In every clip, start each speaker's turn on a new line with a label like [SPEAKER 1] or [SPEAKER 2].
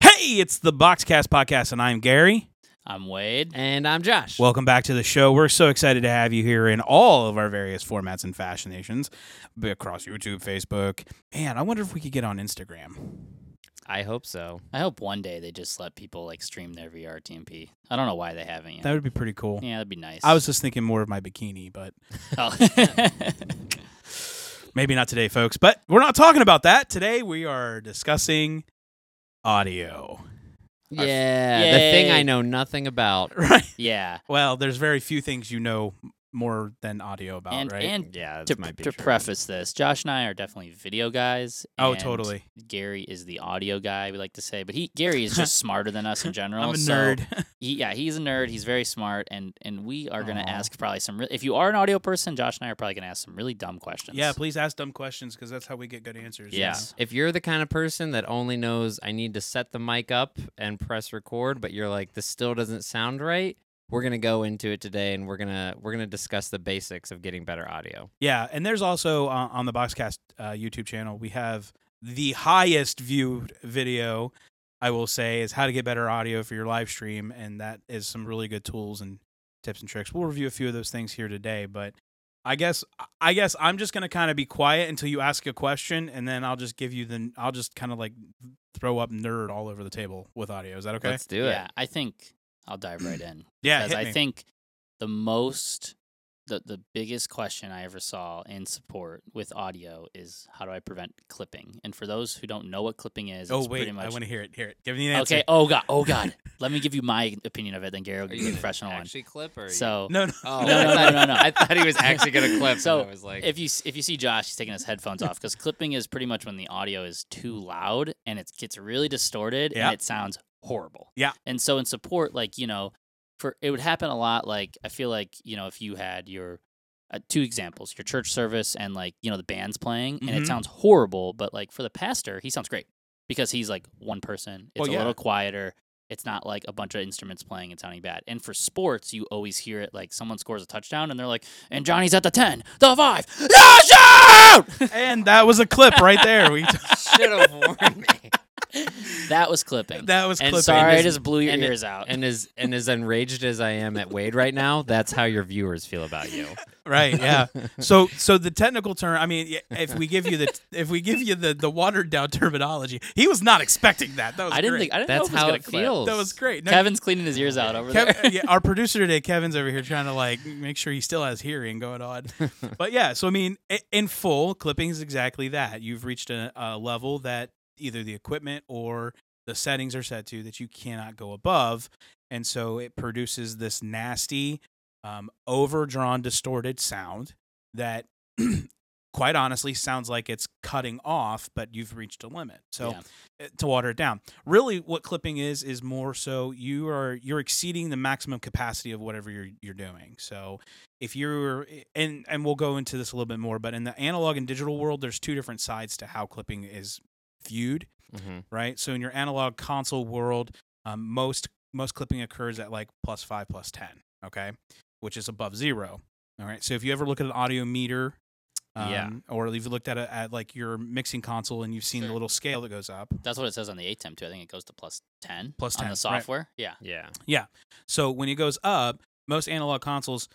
[SPEAKER 1] Hey, it's the Boxcast Podcast, and I'm Gary.
[SPEAKER 2] I'm Wade.
[SPEAKER 3] And I'm Josh.
[SPEAKER 1] Welcome back to the show. We're so excited to have you here in all of our various formats and fascinations across YouTube, Facebook. Man, I wonder if we could get on Instagram.
[SPEAKER 3] I hope so.
[SPEAKER 2] I hope one day they just let people like stream their VR TMP. I don't know why they haven't yet.
[SPEAKER 1] That would be pretty cool.
[SPEAKER 2] yeah, that'd be nice.
[SPEAKER 1] I was just thinking more of my bikini, but
[SPEAKER 2] Oh.
[SPEAKER 1] maybe not today, folks. But we're not talking about that. Today we are discussing audio.
[SPEAKER 3] Yeah, the thing
[SPEAKER 2] Yay.
[SPEAKER 3] I know nothing about.
[SPEAKER 1] Right.
[SPEAKER 2] yeah.
[SPEAKER 1] Well, there's very few things you know more than audio about,
[SPEAKER 2] and
[SPEAKER 1] right?
[SPEAKER 2] and
[SPEAKER 3] Yeah,
[SPEAKER 2] to, to preface this, Josh and I are definitely video guys.
[SPEAKER 1] oh,
[SPEAKER 2] and
[SPEAKER 1] totally.
[SPEAKER 2] Gary is the audio guy. We like to say, but he Gary is just smarter than us in general.
[SPEAKER 1] I'm a
[SPEAKER 2] so
[SPEAKER 1] nerd.
[SPEAKER 2] he- yeah, he's a nerd. He's very smart, and and we are gonna
[SPEAKER 1] Aw.
[SPEAKER 2] ask probably some. Re- if you are an audio person, Josh and I are probably gonna ask some really dumb questions.
[SPEAKER 1] yeah, please ask dumb questions because that's how we get good answers. you
[SPEAKER 2] Yeah.
[SPEAKER 1] know?
[SPEAKER 3] If you're the kind of person that only knows I need to set the mic up and press record, but you're like this still doesn't sound right, we're gonna go into it today, and we're gonna we're gonna discuss the basics of getting better audio.
[SPEAKER 1] Yeah, and there's also uh, on the Boxcast uh, YouTube channel we have the highest viewed video. I will say is how to get better audio for your live stream, and that is some really good tools and tips and tricks. We'll review a few of those things here today, but I guess I guess I'm just gonna kind of be quiet until you ask a question, and then I'll just give you the I'll just kind of like throw up nerd all over the table with audio. Is that okay?
[SPEAKER 3] Let's do
[SPEAKER 2] yeah.
[SPEAKER 3] it.
[SPEAKER 2] I think I'll dive right in.
[SPEAKER 1] yeah,
[SPEAKER 2] because
[SPEAKER 1] hit
[SPEAKER 2] I
[SPEAKER 1] me.
[SPEAKER 2] think the most the the biggest question I ever saw in support with audio is how do I prevent clipping? And for those who don't know what clipping is,
[SPEAKER 1] Oh
[SPEAKER 2] it's
[SPEAKER 1] wait,
[SPEAKER 2] pretty much
[SPEAKER 1] I want to hear it. Hear it. Give me an answer.
[SPEAKER 2] okay. Oh god, oh god. Let me give you my opinion of it. Then Gary will
[SPEAKER 3] Are
[SPEAKER 2] give
[SPEAKER 3] you
[SPEAKER 2] you a
[SPEAKER 3] gonna
[SPEAKER 2] professional one.
[SPEAKER 3] actually clip or are you-
[SPEAKER 2] So
[SPEAKER 1] No, no.
[SPEAKER 3] Oh,
[SPEAKER 2] No, no,
[SPEAKER 3] I thought-
[SPEAKER 2] no, no, no.
[SPEAKER 3] I thought he was actually gonna clip.
[SPEAKER 2] So,
[SPEAKER 3] and I was like,
[SPEAKER 2] if you s- if you see Josh, he's taking his headphones off because clipping is pretty much when the audio is too loud and it gets really distorted
[SPEAKER 1] Yeah.
[SPEAKER 2] and it sounds horrible.
[SPEAKER 1] Yeah.
[SPEAKER 2] And so in support, like you know, for it would happen a lot. Like I feel like you know if you had your uh, two examples, your church service and like you know the band's playing and
[SPEAKER 1] Mhm.
[SPEAKER 2] it sounds horrible, but like for the pastor, he sounds great because he's like one person. It's
[SPEAKER 1] Well,
[SPEAKER 2] a
[SPEAKER 1] yeah.
[SPEAKER 2] little quieter. It's not like a bunch of instruments playing and sounding bad. And for sports, you always hear it like someone scores a touchdown and they're like, and Johnny's at the 10, the 5, no shoot!
[SPEAKER 1] and that was a clip right there. We
[SPEAKER 3] should have warned me.
[SPEAKER 2] that was clipping.
[SPEAKER 1] that was
[SPEAKER 3] And
[SPEAKER 1] clipping.
[SPEAKER 2] Sorry, I
[SPEAKER 3] And
[SPEAKER 2] just blew your
[SPEAKER 3] and it-
[SPEAKER 2] ears out.
[SPEAKER 3] And as and as enraged as I am at Wade right now, that's how your viewers feel about you.
[SPEAKER 1] right yeah so so the technical term i mean y- if we give you the if we give you the the watered down terminology he was not expecting that that was
[SPEAKER 2] I didn't
[SPEAKER 1] great.
[SPEAKER 2] think, I didn't
[SPEAKER 3] That's
[SPEAKER 2] know
[SPEAKER 3] how
[SPEAKER 2] it was
[SPEAKER 3] it
[SPEAKER 2] gonna clip.
[SPEAKER 3] feels.
[SPEAKER 1] that was great No,
[SPEAKER 2] Kevin's cleaning his ears out over
[SPEAKER 1] Kev-
[SPEAKER 2] there.
[SPEAKER 1] yeah, our producer today kevin's over here trying to like make sure he still has hearing going on but yeah so i mean i- in full clipping is exactly that you've reached a, a level that either the equipment or the settings are set to that you cannot go above and so it produces this nasty um, overdrawn distorted sound that quite honestly sounds like it's cutting off but you've reached a limit so uh, to water it down really what clipping is is more so you are you're exceeding the maximum capacity of whatever you're you're doing so if you're and and we'll go into this a little bit more but in the analog and digital world there's two different sides to how clipping is viewed
[SPEAKER 3] Mhm.
[SPEAKER 1] right? So in your analog console world, um, most most clipping occurs at like plus five, plus ten, okay, which is above zero. All right. So if you ever look at an audio meter, um,
[SPEAKER 3] Yeah.
[SPEAKER 1] or if you looked at a, at like your mixing console and you've seen the
[SPEAKER 2] Sure.
[SPEAKER 1] little scale that goes up.
[SPEAKER 2] That's what it says on the ATEM, too. I think it goes to plus 10
[SPEAKER 1] Plus
[SPEAKER 2] on
[SPEAKER 1] 10, right.
[SPEAKER 2] the software. Yeah.
[SPEAKER 3] Yeah.
[SPEAKER 1] So when it goes up, most analog consoles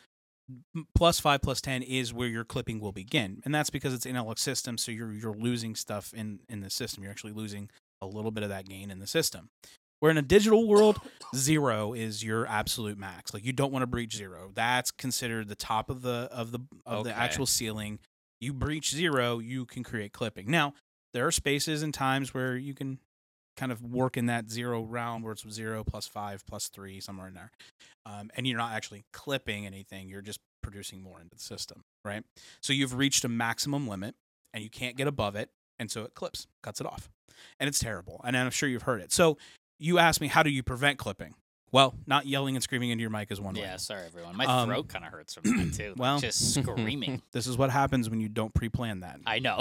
[SPEAKER 1] m- plus five plus ten is where your clipping will begin, and that's because it's analog system. So you're you're losing stuff in in the system. You're actually losing a little bit of that gain in the system. Where in a digital world, zero is your absolute max. Like you don't want to breach zero. That's considered the top of the of the of the
[SPEAKER 3] Okay.
[SPEAKER 1] actual ceiling. You breach zero, you can create clipping. Now there are spaces and times where you can kind of work in that zero round where it's zero plus five plus three somewhere in there um, and you're not actually clipping anything you're just producing more into the system right so you've reached a maximum limit and you can't get above it and so it clips cuts it off and it's terrible and i'm sure you've heard it so you asked me how do you prevent clipping well not yelling and screaming into your mic is one way
[SPEAKER 2] Yeah, sorry, everyone. My
[SPEAKER 1] Um,
[SPEAKER 2] throat kind of hurts from that, too. Like,
[SPEAKER 1] well-
[SPEAKER 2] just screaming.
[SPEAKER 1] this is what happens when you don't pre-plan that
[SPEAKER 2] I know.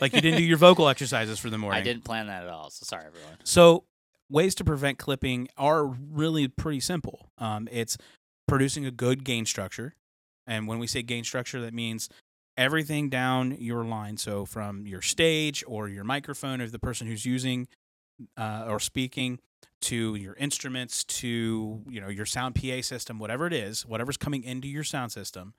[SPEAKER 1] like you didn't do your vocal exercises for the morning
[SPEAKER 2] I didn't plan that at all. So sorry, everyone.
[SPEAKER 1] So, ways to prevent clipping are really pretty simple. Um, it's producing a good gain structure. And when we say gain structure, that means everything down your line. So, from your stage or your microphone, or the person who's using uh, or speaking to your instruments to you know your sound PA system, whatever it is, whatever's coming into your sound system,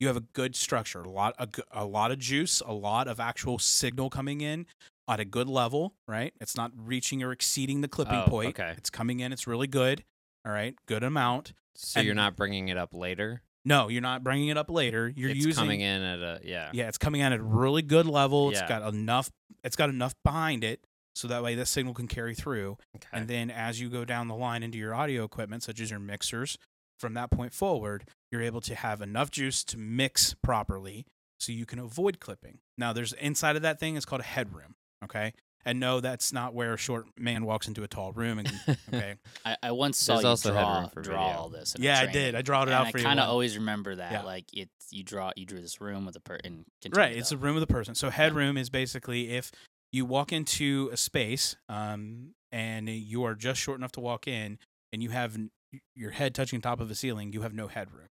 [SPEAKER 1] you have a good structure, a lot a, g- a lot of juice, a lot of actual signal coming in at a good level, right? It's not reaching or exceeding the clipping
[SPEAKER 3] Oh,
[SPEAKER 1] point.
[SPEAKER 3] okay.
[SPEAKER 1] It's coming in, it's really good. All right, good amount.
[SPEAKER 3] So you're
[SPEAKER 1] And-
[SPEAKER 3] not bringing it up later.
[SPEAKER 1] No, you're not bringing it up later. You're
[SPEAKER 3] it's
[SPEAKER 1] using
[SPEAKER 3] coming in at a yeah.
[SPEAKER 1] yeah, it's coming in at a really good level. It's
[SPEAKER 3] Yeah.
[SPEAKER 1] got enough. It's got enough behind it, so that way this signal can carry through.
[SPEAKER 3] Okay.
[SPEAKER 1] And then as you go down the line into your audio equipment, such as your mixers, from that point forward, you're able to have enough juice to mix properly so you can avoid clipping. Now, there's inside of that thing, it's called a headroom. Okay. And no, that's not where a short man walks into a tall room. And, okay.
[SPEAKER 2] I, I once saw
[SPEAKER 3] There's
[SPEAKER 2] you
[SPEAKER 3] also
[SPEAKER 2] draw,
[SPEAKER 3] headroom for
[SPEAKER 2] draw
[SPEAKER 3] video.
[SPEAKER 2] all this. in a
[SPEAKER 1] yeah, I
[SPEAKER 2] training.
[SPEAKER 1] did. I drawed it
[SPEAKER 2] and
[SPEAKER 1] out
[SPEAKER 2] I
[SPEAKER 1] for you.
[SPEAKER 2] kind of
[SPEAKER 1] once.
[SPEAKER 2] always remember that,
[SPEAKER 1] Yeah.
[SPEAKER 2] like it, you draw, you drew this room with a per and continue
[SPEAKER 1] right. It's
[SPEAKER 2] though.
[SPEAKER 1] a room with a person. So headroom is basically if you walk into a space um, and you are just short enough to walk in, and you have n- your head touching top of a ceiling, you have no headroom,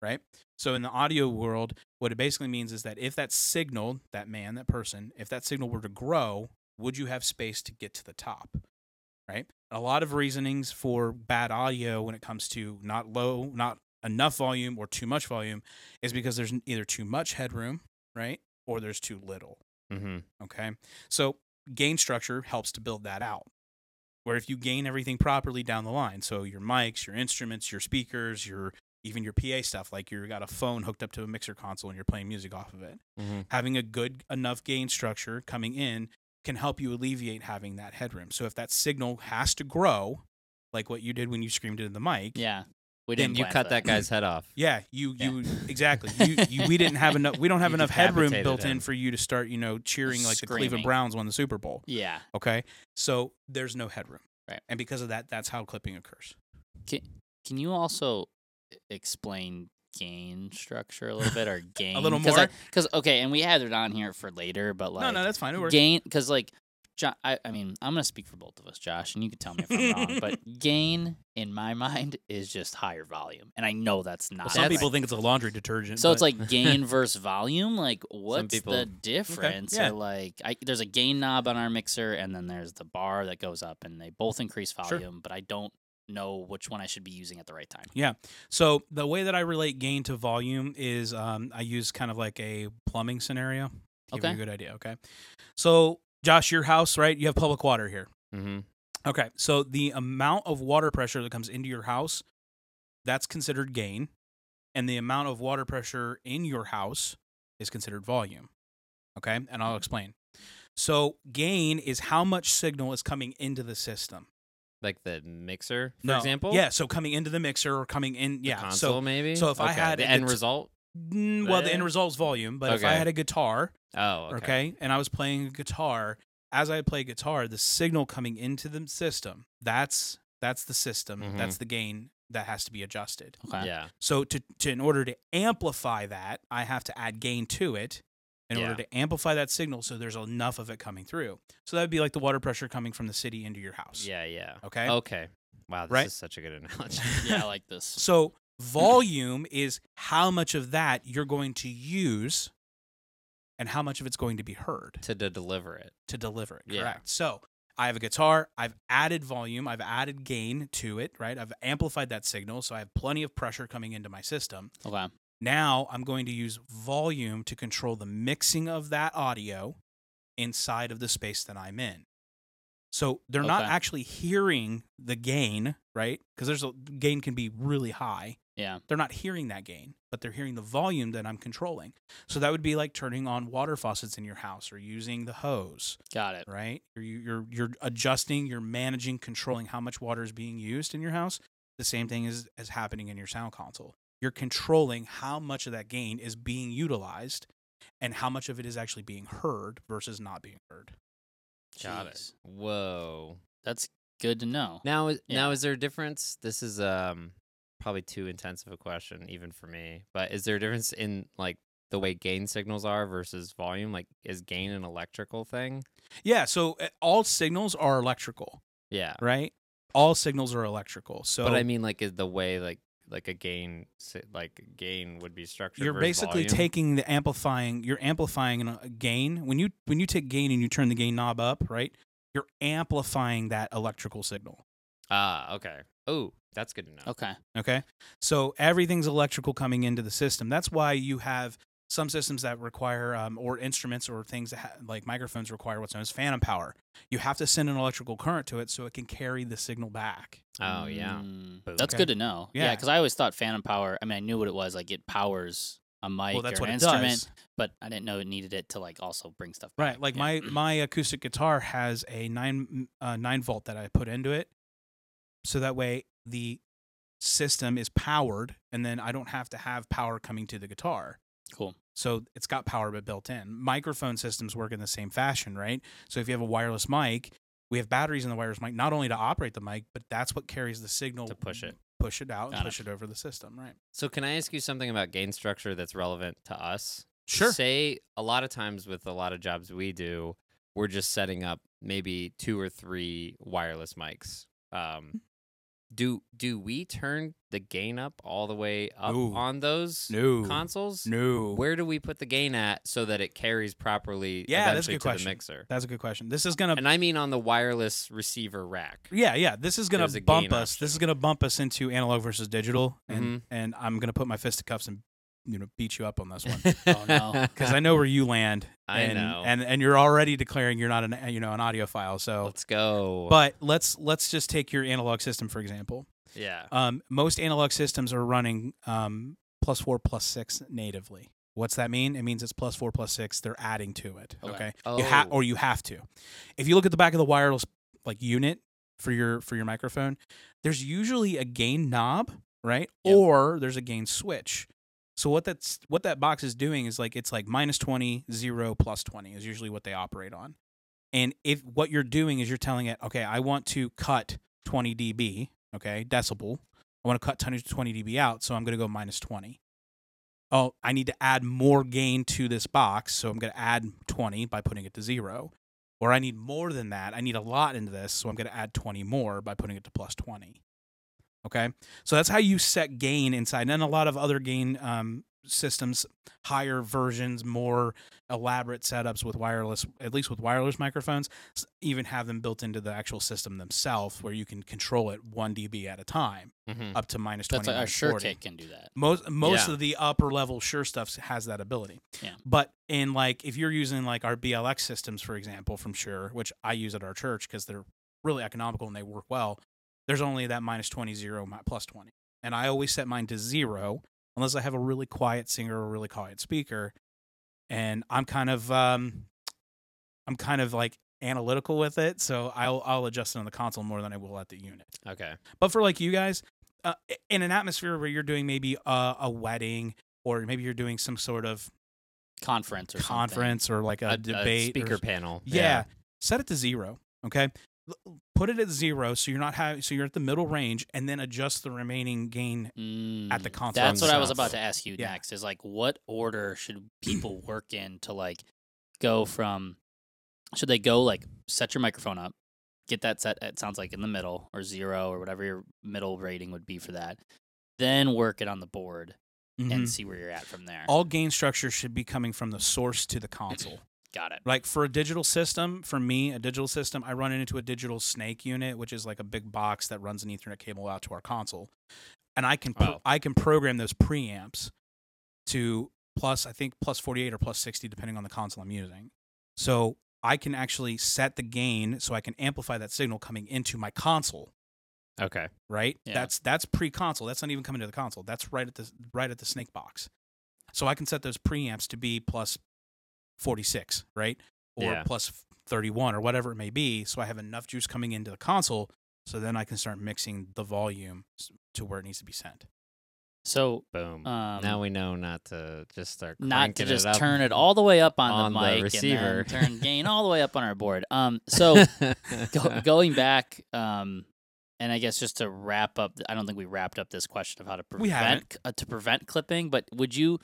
[SPEAKER 1] right? So in the audio world, what it basically means is that if that signal, that man, that person, if that signal were to grow, would you have space to get to the top? Right? A lot of reasonings for bad audio when it comes to not low, not enough volume or too much volume is because there's either too much headroom, right? Or there's too little.
[SPEAKER 3] mm-hmm.
[SPEAKER 1] Okay. So gain structure helps to build that out. Where if you gain everything properly down the line, so your mics, your instruments, your speakers, your even your PA stuff, like you got a phone hooked up to a mixer console and you're playing music off of it.
[SPEAKER 3] Mm-hmm.
[SPEAKER 1] Having a good enough gain structure coming in can help you alleviate having that headroom. So if that signal has to grow, like what you did when you screamed into the mic,
[SPEAKER 2] yeah. We
[SPEAKER 1] Then
[SPEAKER 2] didn't.
[SPEAKER 3] You
[SPEAKER 2] plan
[SPEAKER 3] cut
[SPEAKER 2] for
[SPEAKER 3] that guy's head off.
[SPEAKER 1] yeah, you
[SPEAKER 2] Yeah.
[SPEAKER 1] you exactly. You, you we didn't have enough. We don't have
[SPEAKER 3] You
[SPEAKER 1] enough headroom
[SPEAKER 3] decapitated
[SPEAKER 1] built in
[SPEAKER 3] him.
[SPEAKER 1] for you to start. You know, cheering like the Cleveland
[SPEAKER 2] Screaming.
[SPEAKER 1] Browns won the Super Bowl.
[SPEAKER 2] Yeah.
[SPEAKER 1] Okay, so there's no headroom.
[SPEAKER 2] Right.
[SPEAKER 1] and because of that, that's how clipping occurs.
[SPEAKER 2] Can you also e- explain gain structure a little bit or gain
[SPEAKER 1] little more?
[SPEAKER 2] Because okay, and we had it on here for later, but like
[SPEAKER 1] no, no, that's fine. It works.
[SPEAKER 2] gain because like jo- I, I mean i'm gonna speak for both of us josh and you can tell me if i'm wrong but gain in my mind is just higher volume and i know that's not
[SPEAKER 1] Some
[SPEAKER 2] right.
[SPEAKER 1] people think it's a laundry detergent.
[SPEAKER 2] so it's
[SPEAKER 1] but-
[SPEAKER 2] like gain versus volume like what's
[SPEAKER 3] people-
[SPEAKER 2] the difference
[SPEAKER 1] yeah.
[SPEAKER 2] or like I, there's a gain knob on our mixer and then there's the bar that goes up and they both increase
[SPEAKER 1] Sure.
[SPEAKER 2] volume but i don't know which one i should be using at the right time
[SPEAKER 1] so the way that I relate gain to volume is um, I use kind of like a plumbing scenario. to give you
[SPEAKER 2] Okay.
[SPEAKER 1] a good idea. Okay, so Josh, your house, right? You have public water here.
[SPEAKER 3] Mm-hmm.
[SPEAKER 1] Okay, so the amount of water pressure that comes into your house, that's considered gain, and the amount of water pressure in your house is considered volume. Okay, and
[SPEAKER 3] Mm-hmm.
[SPEAKER 1] I'll explain. So gain is how much signal is coming into the system.
[SPEAKER 3] Like the mixer, for
[SPEAKER 1] No,
[SPEAKER 3] example.
[SPEAKER 1] yeah, so coming into the mixer or coming in,
[SPEAKER 3] The
[SPEAKER 1] yeah.
[SPEAKER 3] Console,
[SPEAKER 1] so
[SPEAKER 3] maybe.
[SPEAKER 1] so if I
[SPEAKER 3] Okay,
[SPEAKER 1] had
[SPEAKER 3] the
[SPEAKER 1] a
[SPEAKER 3] end
[SPEAKER 1] guit-
[SPEAKER 3] result.
[SPEAKER 1] mm, well, the end
[SPEAKER 3] Eh.
[SPEAKER 1] result's volume, but if I
[SPEAKER 3] Okay.
[SPEAKER 1] had a guitar,
[SPEAKER 3] Oh.
[SPEAKER 1] okay.
[SPEAKER 3] Okay.
[SPEAKER 1] and I was playing a guitar, as I play guitar, the signal coming into the system, that's that's the system,
[SPEAKER 3] Mhm.
[SPEAKER 1] that's the gain that has to be adjusted.
[SPEAKER 2] okay
[SPEAKER 3] Yeah.
[SPEAKER 1] So to, to in order to amplify that, I have to add gain to it in
[SPEAKER 3] Yeah.
[SPEAKER 1] order to amplify that signal so there's enough of it coming through. So that would be like the water pressure coming from the city into your house.
[SPEAKER 3] Yeah. Oh. Yeah.
[SPEAKER 1] Okay.
[SPEAKER 3] Okay. Wow. This
[SPEAKER 1] Right?
[SPEAKER 3] is such a good analogy.
[SPEAKER 2] yeah i like this
[SPEAKER 1] So volume is how much of that you're going to use and how much of it's going to be heard.
[SPEAKER 3] to, to deliver it.
[SPEAKER 1] to deliver it.
[SPEAKER 3] Yeah.
[SPEAKER 1] Correct. So I have a guitar. I've added volume. I've added gain to it, right? I've amplified that signal. So I have plenty of pressure coming into my system.
[SPEAKER 2] okay
[SPEAKER 1] Now I'm going to use volume to control the mixing of that audio inside of the space that I'm in. So they're not
[SPEAKER 2] Okay.
[SPEAKER 1] actually hearing the gain, right? Because there's a gain can be really high.
[SPEAKER 2] yeah
[SPEAKER 1] They're not hearing that gain, but they're hearing the volume that I'm controlling. So that would be like turning on water faucets in your house or using the hose
[SPEAKER 2] got it
[SPEAKER 1] right? You're you're you're adjusting, you're managing, controlling how much water is being used in your house. The same thing is is happening in your sound console. You're controlling how much of that gain is being utilized and how much of it is actually being heard versus not being heard.
[SPEAKER 3] Got it.
[SPEAKER 2] Jeez.
[SPEAKER 3] Whoa.
[SPEAKER 2] that's good to know
[SPEAKER 3] Now, is now
[SPEAKER 2] Yeah.
[SPEAKER 3] is there a difference? This is um probably too intense of a question even for me. But is there a difference in like the way gain signals are versus volume? Like, is gain an electrical thing?
[SPEAKER 1] Yeah, so uh, all signals are electrical,
[SPEAKER 3] Yeah.
[SPEAKER 1] right? All signals are electrical. So
[SPEAKER 3] but I mean, like, is the way like like a gain si- like gain would be structured.
[SPEAKER 1] you're
[SPEAKER 3] versus
[SPEAKER 1] basically
[SPEAKER 3] volume?
[SPEAKER 1] taking the amplifying, you're amplifying a gain. When you when you take gain and you turn the gain knob up, right? you're amplifying that electrical signal.
[SPEAKER 3] Ah, okay. Oh, that's good to know.
[SPEAKER 2] Okay.
[SPEAKER 1] Okay. So everything's electrical coming into the system. That's why you have some systems that require, um, or instruments or things that ha- like microphones require what's known as phantom power. You have to send an electrical current to it so it can carry the signal back.
[SPEAKER 3] Oh yeah.
[SPEAKER 2] Mm,
[SPEAKER 3] Boom.
[SPEAKER 2] that's
[SPEAKER 1] Okay.
[SPEAKER 2] good to know.
[SPEAKER 1] Yeah.
[SPEAKER 2] Yeah, because I always thought phantom power. I mean, I knew what it was. Like it powers a mic
[SPEAKER 1] well, that's
[SPEAKER 2] or
[SPEAKER 1] what
[SPEAKER 2] an
[SPEAKER 1] it
[SPEAKER 2] instrument,
[SPEAKER 1] does.
[SPEAKER 2] but I didn't know it needed it to like also bring stuff.
[SPEAKER 1] Right.
[SPEAKER 2] back.
[SPEAKER 1] Like
[SPEAKER 2] Yeah.
[SPEAKER 1] my my acoustic guitar has a nine uh, nine volt that I put into it, so that way the system is powered, and then I don't have to have power coming to the guitar.
[SPEAKER 2] cool.
[SPEAKER 1] So it's got power but built in. Microphone systems work in the same fashion, right? So if you have a wireless mic, we have batteries in the wireless mic not only to operate the mic, but that's what carries the signal
[SPEAKER 3] To push it.
[SPEAKER 1] push it out, and
[SPEAKER 2] Got it.
[SPEAKER 1] push it over the system, right?
[SPEAKER 3] So can I ask you something about gain structure that's relevant to us?
[SPEAKER 1] Sure.
[SPEAKER 3] Say a lot of times with a lot of jobs we do, we're just setting up maybe two or three wireless mics.
[SPEAKER 1] Mm.
[SPEAKER 3] Um, do do we turn the gain up all the way up
[SPEAKER 1] No.
[SPEAKER 3] on those
[SPEAKER 1] No.
[SPEAKER 3] consoles?
[SPEAKER 1] no.
[SPEAKER 3] Where do we put the gain at so that it carries properly
[SPEAKER 1] Yeah, that's a
[SPEAKER 3] eventually
[SPEAKER 1] good
[SPEAKER 3] to
[SPEAKER 1] question.
[SPEAKER 3] the mixer?
[SPEAKER 1] That's a good question. This is gonna
[SPEAKER 3] And I mean on the wireless receiver rack.
[SPEAKER 1] Yeah, yeah. This is gonna
[SPEAKER 3] There's a
[SPEAKER 1] bump
[SPEAKER 3] gain
[SPEAKER 1] us. This
[SPEAKER 3] option. Mm-hmm.
[SPEAKER 1] is gonna bump us into analog versus digital, and and I'm gonna put my fisticuffs and you know beat you up on this one
[SPEAKER 2] Oh, no.
[SPEAKER 1] because I know where you land.
[SPEAKER 3] I
[SPEAKER 1] and,
[SPEAKER 3] know.
[SPEAKER 1] and and you're already declaring you're not an you know an audiophile. So,
[SPEAKER 3] Let's go.
[SPEAKER 1] but let's let's just take your analog system for example.
[SPEAKER 3] yeah.
[SPEAKER 1] Um, most analog systems are running um, plus four plus six natively. What's that mean? It means it's plus four plus six. They're adding to it.
[SPEAKER 2] Okay.
[SPEAKER 1] Okay,
[SPEAKER 3] Oh.
[SPEAKER 1] you ha- or you have to. If you look at the back of the wireless like unit for your for your microphone, there's usually a gain knob, right?
[SPEAKER 2] Yep.
[SPEAKER 1] Or there's a gain switch. So what that's what that box is doing is like it's like minus 20, 0, plus 20 is usually what they operate on. And if what you're doing is you're telling it, okay, I want to cut 20 dB, okay, decibel. I want to cut 20 20 dB out, so I'm going to go minus 20. Oh, I need to add more gain to this box, so I'm going to add 20 by putting it to zero. Or I need more than that. I need a lot into this, so I'm going to add 20 more by putting it to plus 20. Okay, so that's how you set gain inside, and then a lot of other gain um, systems, higher versions, more elaborate setups with wireless, at least with wireless microphones, s- even have them built into the actual system themselves, where you can control it one dB at a time
[SPEAKER 3] Mhm.
[SPEAKER 1] up to minus 20
[SPEAKER 2] Hmm. That's like our
[SPEAKER 1] minus
[SPEAKER 2] sure
[SPEAKER 1] 40.
[SPEAKER 2] kick can do that.
[SPEAKER 1] most most
[SPEAKER 3] Yeah.
[SPEAKER 1] of the upper level sure stuff has that ability
[SPEAKER 2] Yeah.
[SPEAKER 1] but in like if you're using like our blx systems for example from sure which i use at our church because they're really economical and they work well there's only that minus 20 zero mi- plus 20 and i always set mine to zero unless i have a really quiet singer or a really quiet speaker and i'm kind of um i'm kind of like analytical with it so i'll i'll adjust it on the console more than i will at the unit
[SPEAKER 3] Okay.
[SPEAKER 1] but for like you guys, uh, in an atmosphere where you're doing maybe a, a wedding or maybe you're doing some sort of
[SPEAKER 2] Conference or something.
[SPEAKER 1] conference or like a, debate, or-
[SPEAKER 3] speaker panel.
[SPEAKER 1] yeah. set it to zero. Okay, L- put it at zero so you're not having so you're at the middle range, and then adjust the remaining gain.
[SPEAKER 2] Mm,
[SPEAKER 1] At the console
[SPEAKER 2] That's what I was
[SPEAKER 1] itself.
[SPEAKER 2] about to ask you
[SPEAKER 1] Yeah.
[SPEAKER 2] next. Is like, what order should people work in to like go from? Should they go like set your microphone up, get that set? It sounds like in the middle or zero or whatever your middle rating would be for that. Then work it on the board
[SPEAKER 1] Mhm.
[SPEAKER 3] Mm-hmm.
[SPEAKER 2] and see where you're at from there.
[SPEAKER 1] All gain structure should be coming from the source to the console.
[SPEAKER 2] Got it.
[SPEAKER 1] like for a digital system, for me, a digital system, I run it into a digital snake unit, which is like a big box that runs an Ethernet cable out to our console, and I can pro-
[SPEAKER 3] Wow.
[SPEAKER 1] I can program those preamps to plus I think plus forty eight or plus sixty depending on the console I'm using. So I can actually set the gain so I can amplify that signal coming into my console.
[SPEAKER 3] Okay.
[SPEAKER 1] Right?
[SPEAKER 2] Yeah.
[SPEAKER 1] That's that's pre console. That's not even coming to the console. That's right at the right at the snake box. So I can set those preamps to be plus 46, right? Or
[SPEAKER 3] Yeah.
[SPEAKER 1] plus 31 or whatever it may be. So I have enough juice coming into the console. So then I can start mixing the volume s- to where it needs to be sent.
[SPEAKER 2] So
[SPEAKER 3] Boom.
[SPEAKER 2] um,
[SPEAKER 3] now we know not to just start
[SPEAKER 2] not to
[SPEAKER 3] cranking
[SPEAKER 2] just
[SPEAKER 3] it up.
[SPEAKER 2] turn it all the way up on,
[SPEAKER 3] on
[SPEAKER 2] the
[SPEAKER 3] the
[SPEAKER 2] mic
[SPEAKER 3] receiver.
[SPEAKER 2] and then turn gain all the way up on our board. Um, so go, going back, um, and I guess just to wrap up, I don't think we wrapped up this question of how to
[SPEAKER 1] We haven't.
[SPEAKER 2] prevent uh, to prevent clipping. But would you,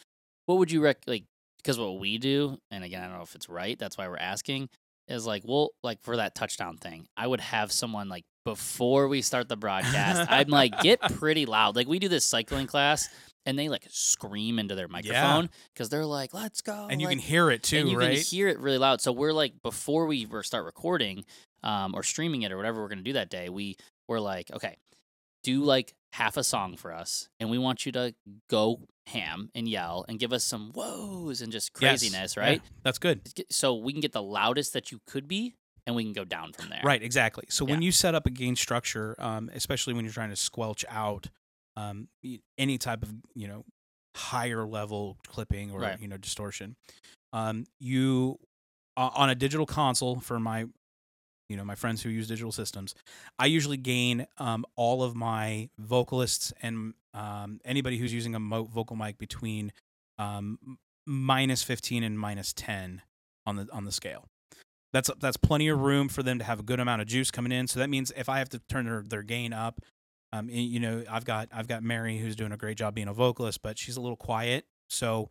[SPEAKER 2] what would you rec like? Because what we do, and again, I don't know if it's right. That's why we're asking. Is like, well, like for that touchdown thing, I would have someone like before we start the broadcast. I'm like, get pretty loud. Like we do this cycling class, and they like scream into their microphone because they're like, let's go,
[SPEAKER 1] And you
[SPEAKER 2] Oh, like,
[SPEAKER 1] can hear it too,
[SPEAKER 2] and you
[SPEAKER 1] right?
[SPEAKER 2] can hear it really loud. So we're like before we re- start recording, um, or streaming it or whatever we're going to do that day, we were like, okay, do like half a song for us, and we want you to go ham and yell and give us some whoas and just
[SPEAKER 1] Yes.
[SPEAKER 2] craziness,
[SPEAKER 1] Yeah,
[SPEAKER 2] right?
[SPEAKER 1] that's good.
[SPEAKER 2] Get- So we can get the loudest that you could be, and we can go down from there.
[SPEAKER 1] Right, exactly. So when
[SPEAKER 2] Yeah.
[SPEAKER 1] you set up a game structure, um, especially when you're trying to squelch out um, y- any type of you know higher level clipping or
[SPEAKER 2] Right.
[SPEAKER 1] you know distortion, um, you o- on a digital console for my you know my friends who use digital systems, I usually gain um, all of my vocalists and um, anybody who's using a mo- vocal mic between um, m- minus 15 and minus 10 on the on the scale. That's that's plenty of room for them to have a good amount of juice coming in. So that means if I have to turn their, their gain up, um, y- you know, I've got I've got Mary who's doing a great job being a vocalist, but she's a little quiet. So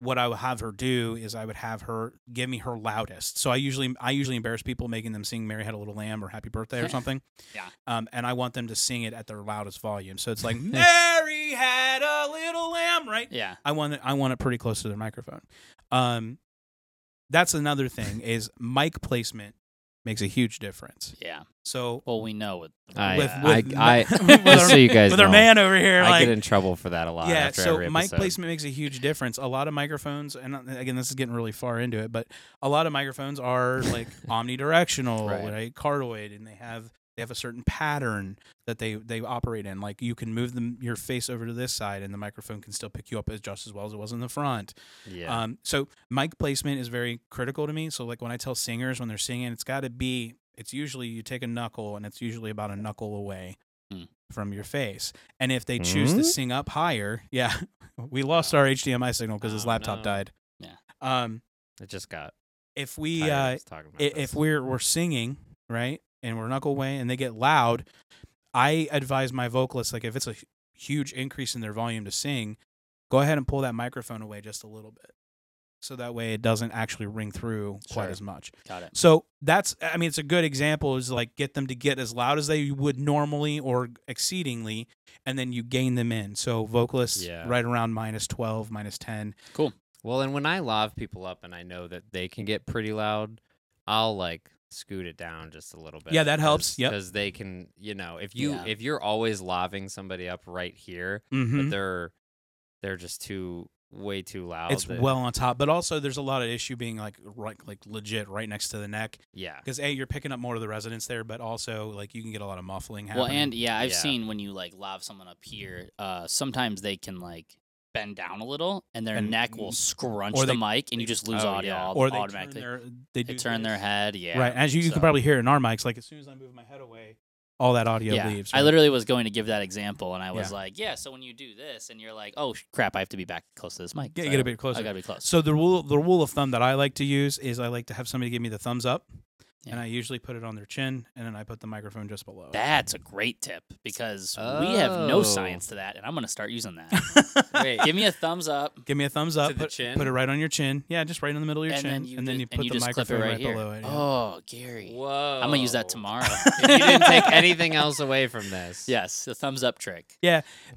[SPEAKER 1] what I would have her do is I would have her give me her loudest. So I usually I usually embarrass people making them sing Mary Had a Little Lamb or Happy Birthday or something.
[SPEAKER 2] Yeah.
[SPEAKER 1] Um, and I want them to sing it at their loudest volume. So it's like Mary had a little lamb, right?
[SPEAKER 2] Yeah.
[SPEAKER 1] I want it, I want it pretty close to their microphone. Um, that's another thing is mic placement makes a huge difference.
[SPEAKER 2] Yeah.
[SPEAKER 1] So
[SPEAKER 2] Well, we know it.
[SPEAKER 3] I,
[SPEAKER 1] With-
[SPEAKER 3] I,
[SPEAKER 1] with
[SPEAKER 3] I,
[SPEAKER 1] ma- with
[SPEAKER 3] just so
[SPEAKER 1] our-
[SPEAKER 3] you guys
[SPEAKER 1] with our
[SPEAKER 3] know,
[SPEAKER 1] man over here,
[SPEAKER 3] I
[SPEAKER 1] like
[SPEAKER 3] get in trouble for that a lot.
[SPEAKER 1] yeah.
[SPEAKER 3] after
[SPEAKER 1] So
[SPEAKER 3] every
[SPEAKER 1] mic
[SPEAKER 3] episode.
[SPEAKER 1] placement makes a huge difference. A lot of microphones, and uh, again, this is getting really far into it, but a lot of microphones are like omnidirectional,
[SPEAKER 2] Right.
[SPEAKER 1] right. Cardioid, and they have they have a certain pattern that they they operate in. Like you can move them your face over to this side, and the microphone can still pick you up as just as well as it was in the front.
[SPEAKER 3] Yeah.
[SPEAKER 1] Um, so mic placement is very critical to me. So like when I tell singers when they're singing, it's got to be. It's usually you take a knuckle, and it's usually about a knuckle away
[SPEAKER 2] Hmm.
[SPEAKER 1] from your face. And if they choose to
[SPEAKER 3] Hmm?
[SPEAKER 1] sing up higher, yeah, we lost our HDMI signal because his
[SPEAKER 3] Oh,
[SPEAKER 1] laptop
[SPEAKER 3] no.
[SPEAKER 1] died.
[SPEAKER 2] Yeah.
[SPEAKER 1] Um,
[SPEAKER 3] it just got.
[SPEAKER 1] if we
[SPEAKER 3] tired of
[SPEAKER 1] uh,
[SPEAKER 3] us talking about
[SPEAKER 1] i-
[SPEAKER 3] this.
[SPEAKER 1] if we're we're singing right and we're knuckle way and they get loud i advise my vocalists like if it's a hu- huge increase in their volume to sing go ahead and pull that microphone away just a little bit so that way it doesn't actually ring through quite
[SPEAKER 2] Sure.
[SPEAKER 1] as much
[SPEAKER 2] Got it.
[SPEAKER 1] so that's i mean it's a good example is like get them to get as loud as they would normally or exceedingly and then you gain them in so vocalists
[SPEAKER 3] Yeah.
[SPEAKER 1] right around minus 12 minus 10
[SPEAKER 3] Well, and when I love people up and I know that they can get pretty loud, I'll like scoot it down just a little bit.
[SPEAKER 1] Yeah, that helps. Yep.
[SPEAKER 3] Because they can, you know, if you
[SPEAKER 2] Yeah.
[SPEAKER 3] if you're always loving somebody up right here,
[SPEAKER 1] mm-hmm.
[SPEAKER 3] but they're they're just too way too loud.
[SPEAKER 1] it's
[SPEAKER 3] that-
[SPEAKER 1] well on top but also there's a lot of issue being like right like legit right next to the neck
[SPEAKER 3] yeah.
[SPEAKER 1] because a you're picking up more of the resonance there, but also like you can get a lot of muffling happening.
[SPEAKER 2] Well, and yeah, I've
[SPEAKER 3] Yeah.
[SPEAKER 2] seen when you like lob someone up here, uh, sometimes they can like bend down a little, and their
[SPEAKER 1] And-
[SPEAKER 2] neck will scrunch
[SPEAKER 1] or
[SPEAKER 2] the
[SPEAKER 1] they-
[SPEAKER 2] mic, and you
[SPEAKER 1] they-
[SPEAKER 2] just lose
[SPEAKER 3] oh,
[SPEAKER 2] audio
[SPEAKER 3] yeah.
[SPEAKER 2] all,
[SPEAKER 1] or they
[SPEAKER 2] automatically.
[SPEAKER 1] turn their they,
[SPEAKER 2] they
[SPEAKER 1] do
[SPEAKER 2] turn their
[SPEAKER 1] this.
[SPEAKER 2] head, yeah.
[SPEAKER 1] right. As you, you
[SPEAKER 2] so-
[SPEAKER 1] can probably hear in our mics, like as soon as I move my head away, all that audio
[SPEAKER 2] yeah.
[SPEAKER 1] leaves.
[SPEAKER 2] I
[SPEAKER 1] right?
[SPEAKER 2] literally was going to give that example, and I was
[SPEAKER 1] Yeah.
[SPEAKER 2] like, yeah. So when you do this, and you're like, oh sh- crap, I have to be back close to this mic.
[SPEAKER 1] Yeah,
[SPEAKER 2] so
[SPEAKER 1] get a bit closer.
[SPEAKER 2] I gotta be close.
[SPEAKER 1] So the rule the rule of thumb that I like to use is I like to have somebody give me the thumbs up,
[SPEAKER 2] Yeah.
[SPEAKER 1] and I usually put it on their chin, and then I put the microphone just below. it.
[SPEAKER 2] That's a great tip because we have no
[SPEAKER 3] Oh.
[SPEAKER 2] science to that, and I'm gonna start using that.
[SPEAKER 3] Wait.
[SPEAKER 2] Give me a thumbs up.
[SPEAKER 1] Give me a thumbs up.
[SPEAKER 3] the
[SPEAKER 1] put,
[SPEAKER 3] chin?
[SPEAKER 1] put it right on your chin. Yeah, just right in the middle of your
[SPEAKER 2] and
[SPEAKER 1] chin,
[SPEAKER 2] then you,
[SPEAKER 1] and then
[SPEAKER 2] ju-
[SPEAKER 1] you put the
[SPEAKER 2] just clip it
[SPEAKER 1] microphone right,
[SPEAKER 2] here.
[SPEAKER 1] below it. yeah.
[SPEAKER 2] Oh, Gary.
[SPEAKER 3] Whoa.
[SPEAKER 2] I'm gonna use
[SPEAKER 1] Oh.
[SPEAKER 2] that tomorrow.
[SPEAKER 3] If you didn't take anything else away from this.
[SPEAKER 2] Yes, the thumbs up trick.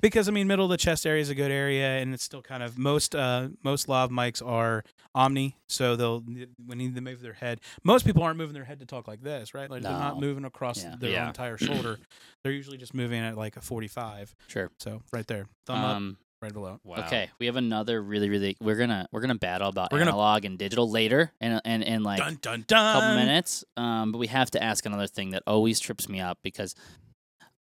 [SPEAKER 1] because I mean, middle of the chest area is a good area, and it's still kind of most uh most lav mics are omni, so they'll we need to move their head. Most people aren't moving their head to talk like this, right? Like they're not
[SPEAKER 2] No.
[SPEAKER 1] moving across
[SPEAKER 2] Yeah.
[SPEAKER 1] their
[SPEAKER 3] Yeah.
[SPEAKER 1] entire shoulder. they're usually just moving at like a forty-five.
[SPEAKER 2] Sure.
[SPEAKER 1] So right there, thumb up,
[SPEAKER 2] Um,
[SPEAKER 1] right below.
[SPEAKER 3] Wow.
[SPEAKER 2] Okay, we have another really, really. We're gonna we're gonna battle about
[SPEAKER 1] We're gonna-
[SPEAKER 2] analog and digital later, and and and like
[SPEAKER 1] dun dun
[SPEAKER 2] a
[SPEAKER 1] dun.
[SPEAKER 2] couple minutes. Um, but we have to ask another thing that always trips me up because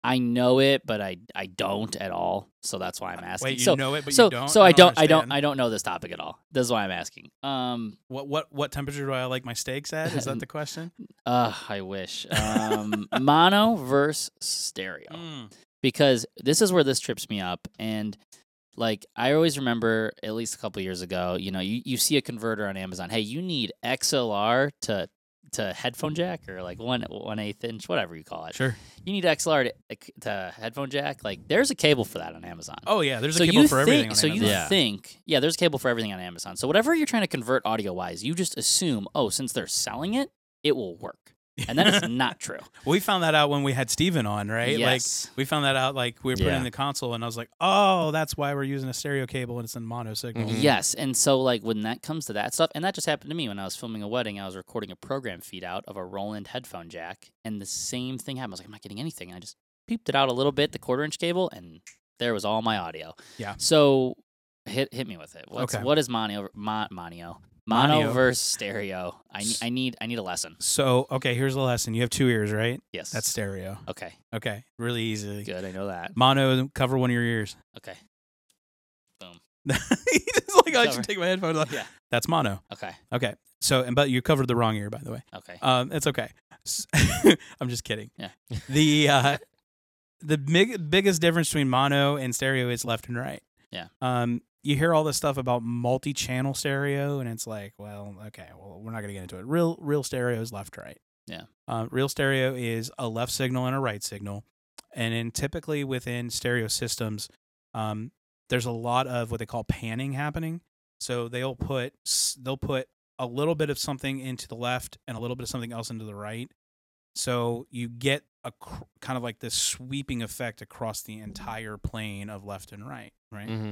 [SPEAKER 2] I know it, but I I don't at all. So that's why I'm asking.
[SPEAKER 1] Uh, Wait, you
[SPEAKER 2] so
[SPEAKER 1] know it, but
[SPEAKER 2] so
[SPEAKER 1] you don't.
[SPEAKER 2] so I don't I don't
[SPEAKER 1] understand.
[SPEAKER 2] I don't know this topic at all. This is why I'm asking. Um,
[SPEAKER 1] What what what temperature do I like my steaks at? Is that the question?
[SPEAKER 2] uh, I wish. Um, mono versus stereo.
[SPEAKER 1] Hmm.
[SPEAKER 2] because this is where this trips me up and like i always remember at least a couple years ago you know you, you see a converter on amazon hey you need xlr to to headphone jack or like one one eighth inch whatever you call it
[SPEAKER 1] Sure.
[SPEAKER 2] you need xlr to, eh, to headphone jack like there's a cable for that on amazon
[SPEAKER 1] Oh yeah, there's a
[SPEAKER 2] so
[SPEAKER 1] cable
[SPEAKER 2] you
[SPEAKER 1] for
[SPEAKER 2] think,
[SPEAKER 1] everything. on
[SPEAKER 2] so you
[SPEAKER 1] Amazon.
[SPEAKER 3] Yeah.
[SPEAKER 2] think, yeah, there's a cable for everything on Amazon. So whatever you're trying to convert audio wise, you just assume, oh, since they're selling it, it will work. and that is not true.
[SPEAKER 1] We found that out when we had Steven on, right?
[SPEAKER 2] Yes.
[SPEAKER 1] Like we found that out like we were putting
[SPEAKER 3] Yeah.
[SPEAKER 1] the console and I was like, "Oh, that's why we're using a stereo cable and it's in mono signal."
[SPEAKER 3] Mhm.
[SPEAKER 2] Yes, and so like when that comes to that stuff, and that just happened to me when I was filming a wedding. I was recording a program feed out of a Roland headphone jack, and the same thing happened. I was like, I'm not getting anything. And I just peeped it out a little bit, the quarter inch cable, and there was all my audio.
[SPEAKER 1] Yeah.
[SPEAKER 2] So hit hit me with it. What's,
[SPEAKER 1] Okay.
[SPEAKER 2] What is mono mon, mono mono
[SPEAKER 1] Mono.
[SPEAKER 2] versus stereo? I ne- I need I need a lesson.
[SPEAKER 1] So, okay, here's the lesson. You have two ears, right?
[SPEAKER 2] Yes.
[SPEAKER 1] That's stereo.
[SPEAKER 2] okay.
[SPEAKER 1] Okay, really easily.
[SPEAKER 2] Good. I know that.
[SPEAKER 1] Mono cover one of your ears.
[SPEAKER 2] Okay.
[SPEAKER 1] He's just like, I
[SPEAKER 2] Cover.
[SPEAKER 1] should take my headphones off.
[SPEAKER 2] Yeah.
[SPEAKER 1] That's mono.
[SPEAKER 2] Okay.
[SPEAKER 1] Okay. So, and but you covered the wrong ear, by the way.
[SPEAKER 2] Okay.
[SPEAKER 1] Um, it's okay. S- I'm just kidding.
[SPEAKER 2] Yeah.
[SPEAKER 1] The uh, the big, biggest difference between mono and stereo is left and right.
[SPEAKER 2] Yeah.
[SPEAKER 1] Um, you hear all this stuff about multi-channel stereo, and it's like, well, okay, well, we're not gonna get into it. Real, real stereo is left, right.
[SPEAKER 2] Yeah.
[SPEAKER 1] Uh, real stereo is a left signal and a right signal, and then typically within stereo systems, um, there's a lot of what they call panning happening. So they'll put s- they'll put a little bit of something into the left and a little bit of something else into the right. So you get a cr- kind of like this sweeping effect across the entire plane of left and right, right?
[SPEAKER 3] hmm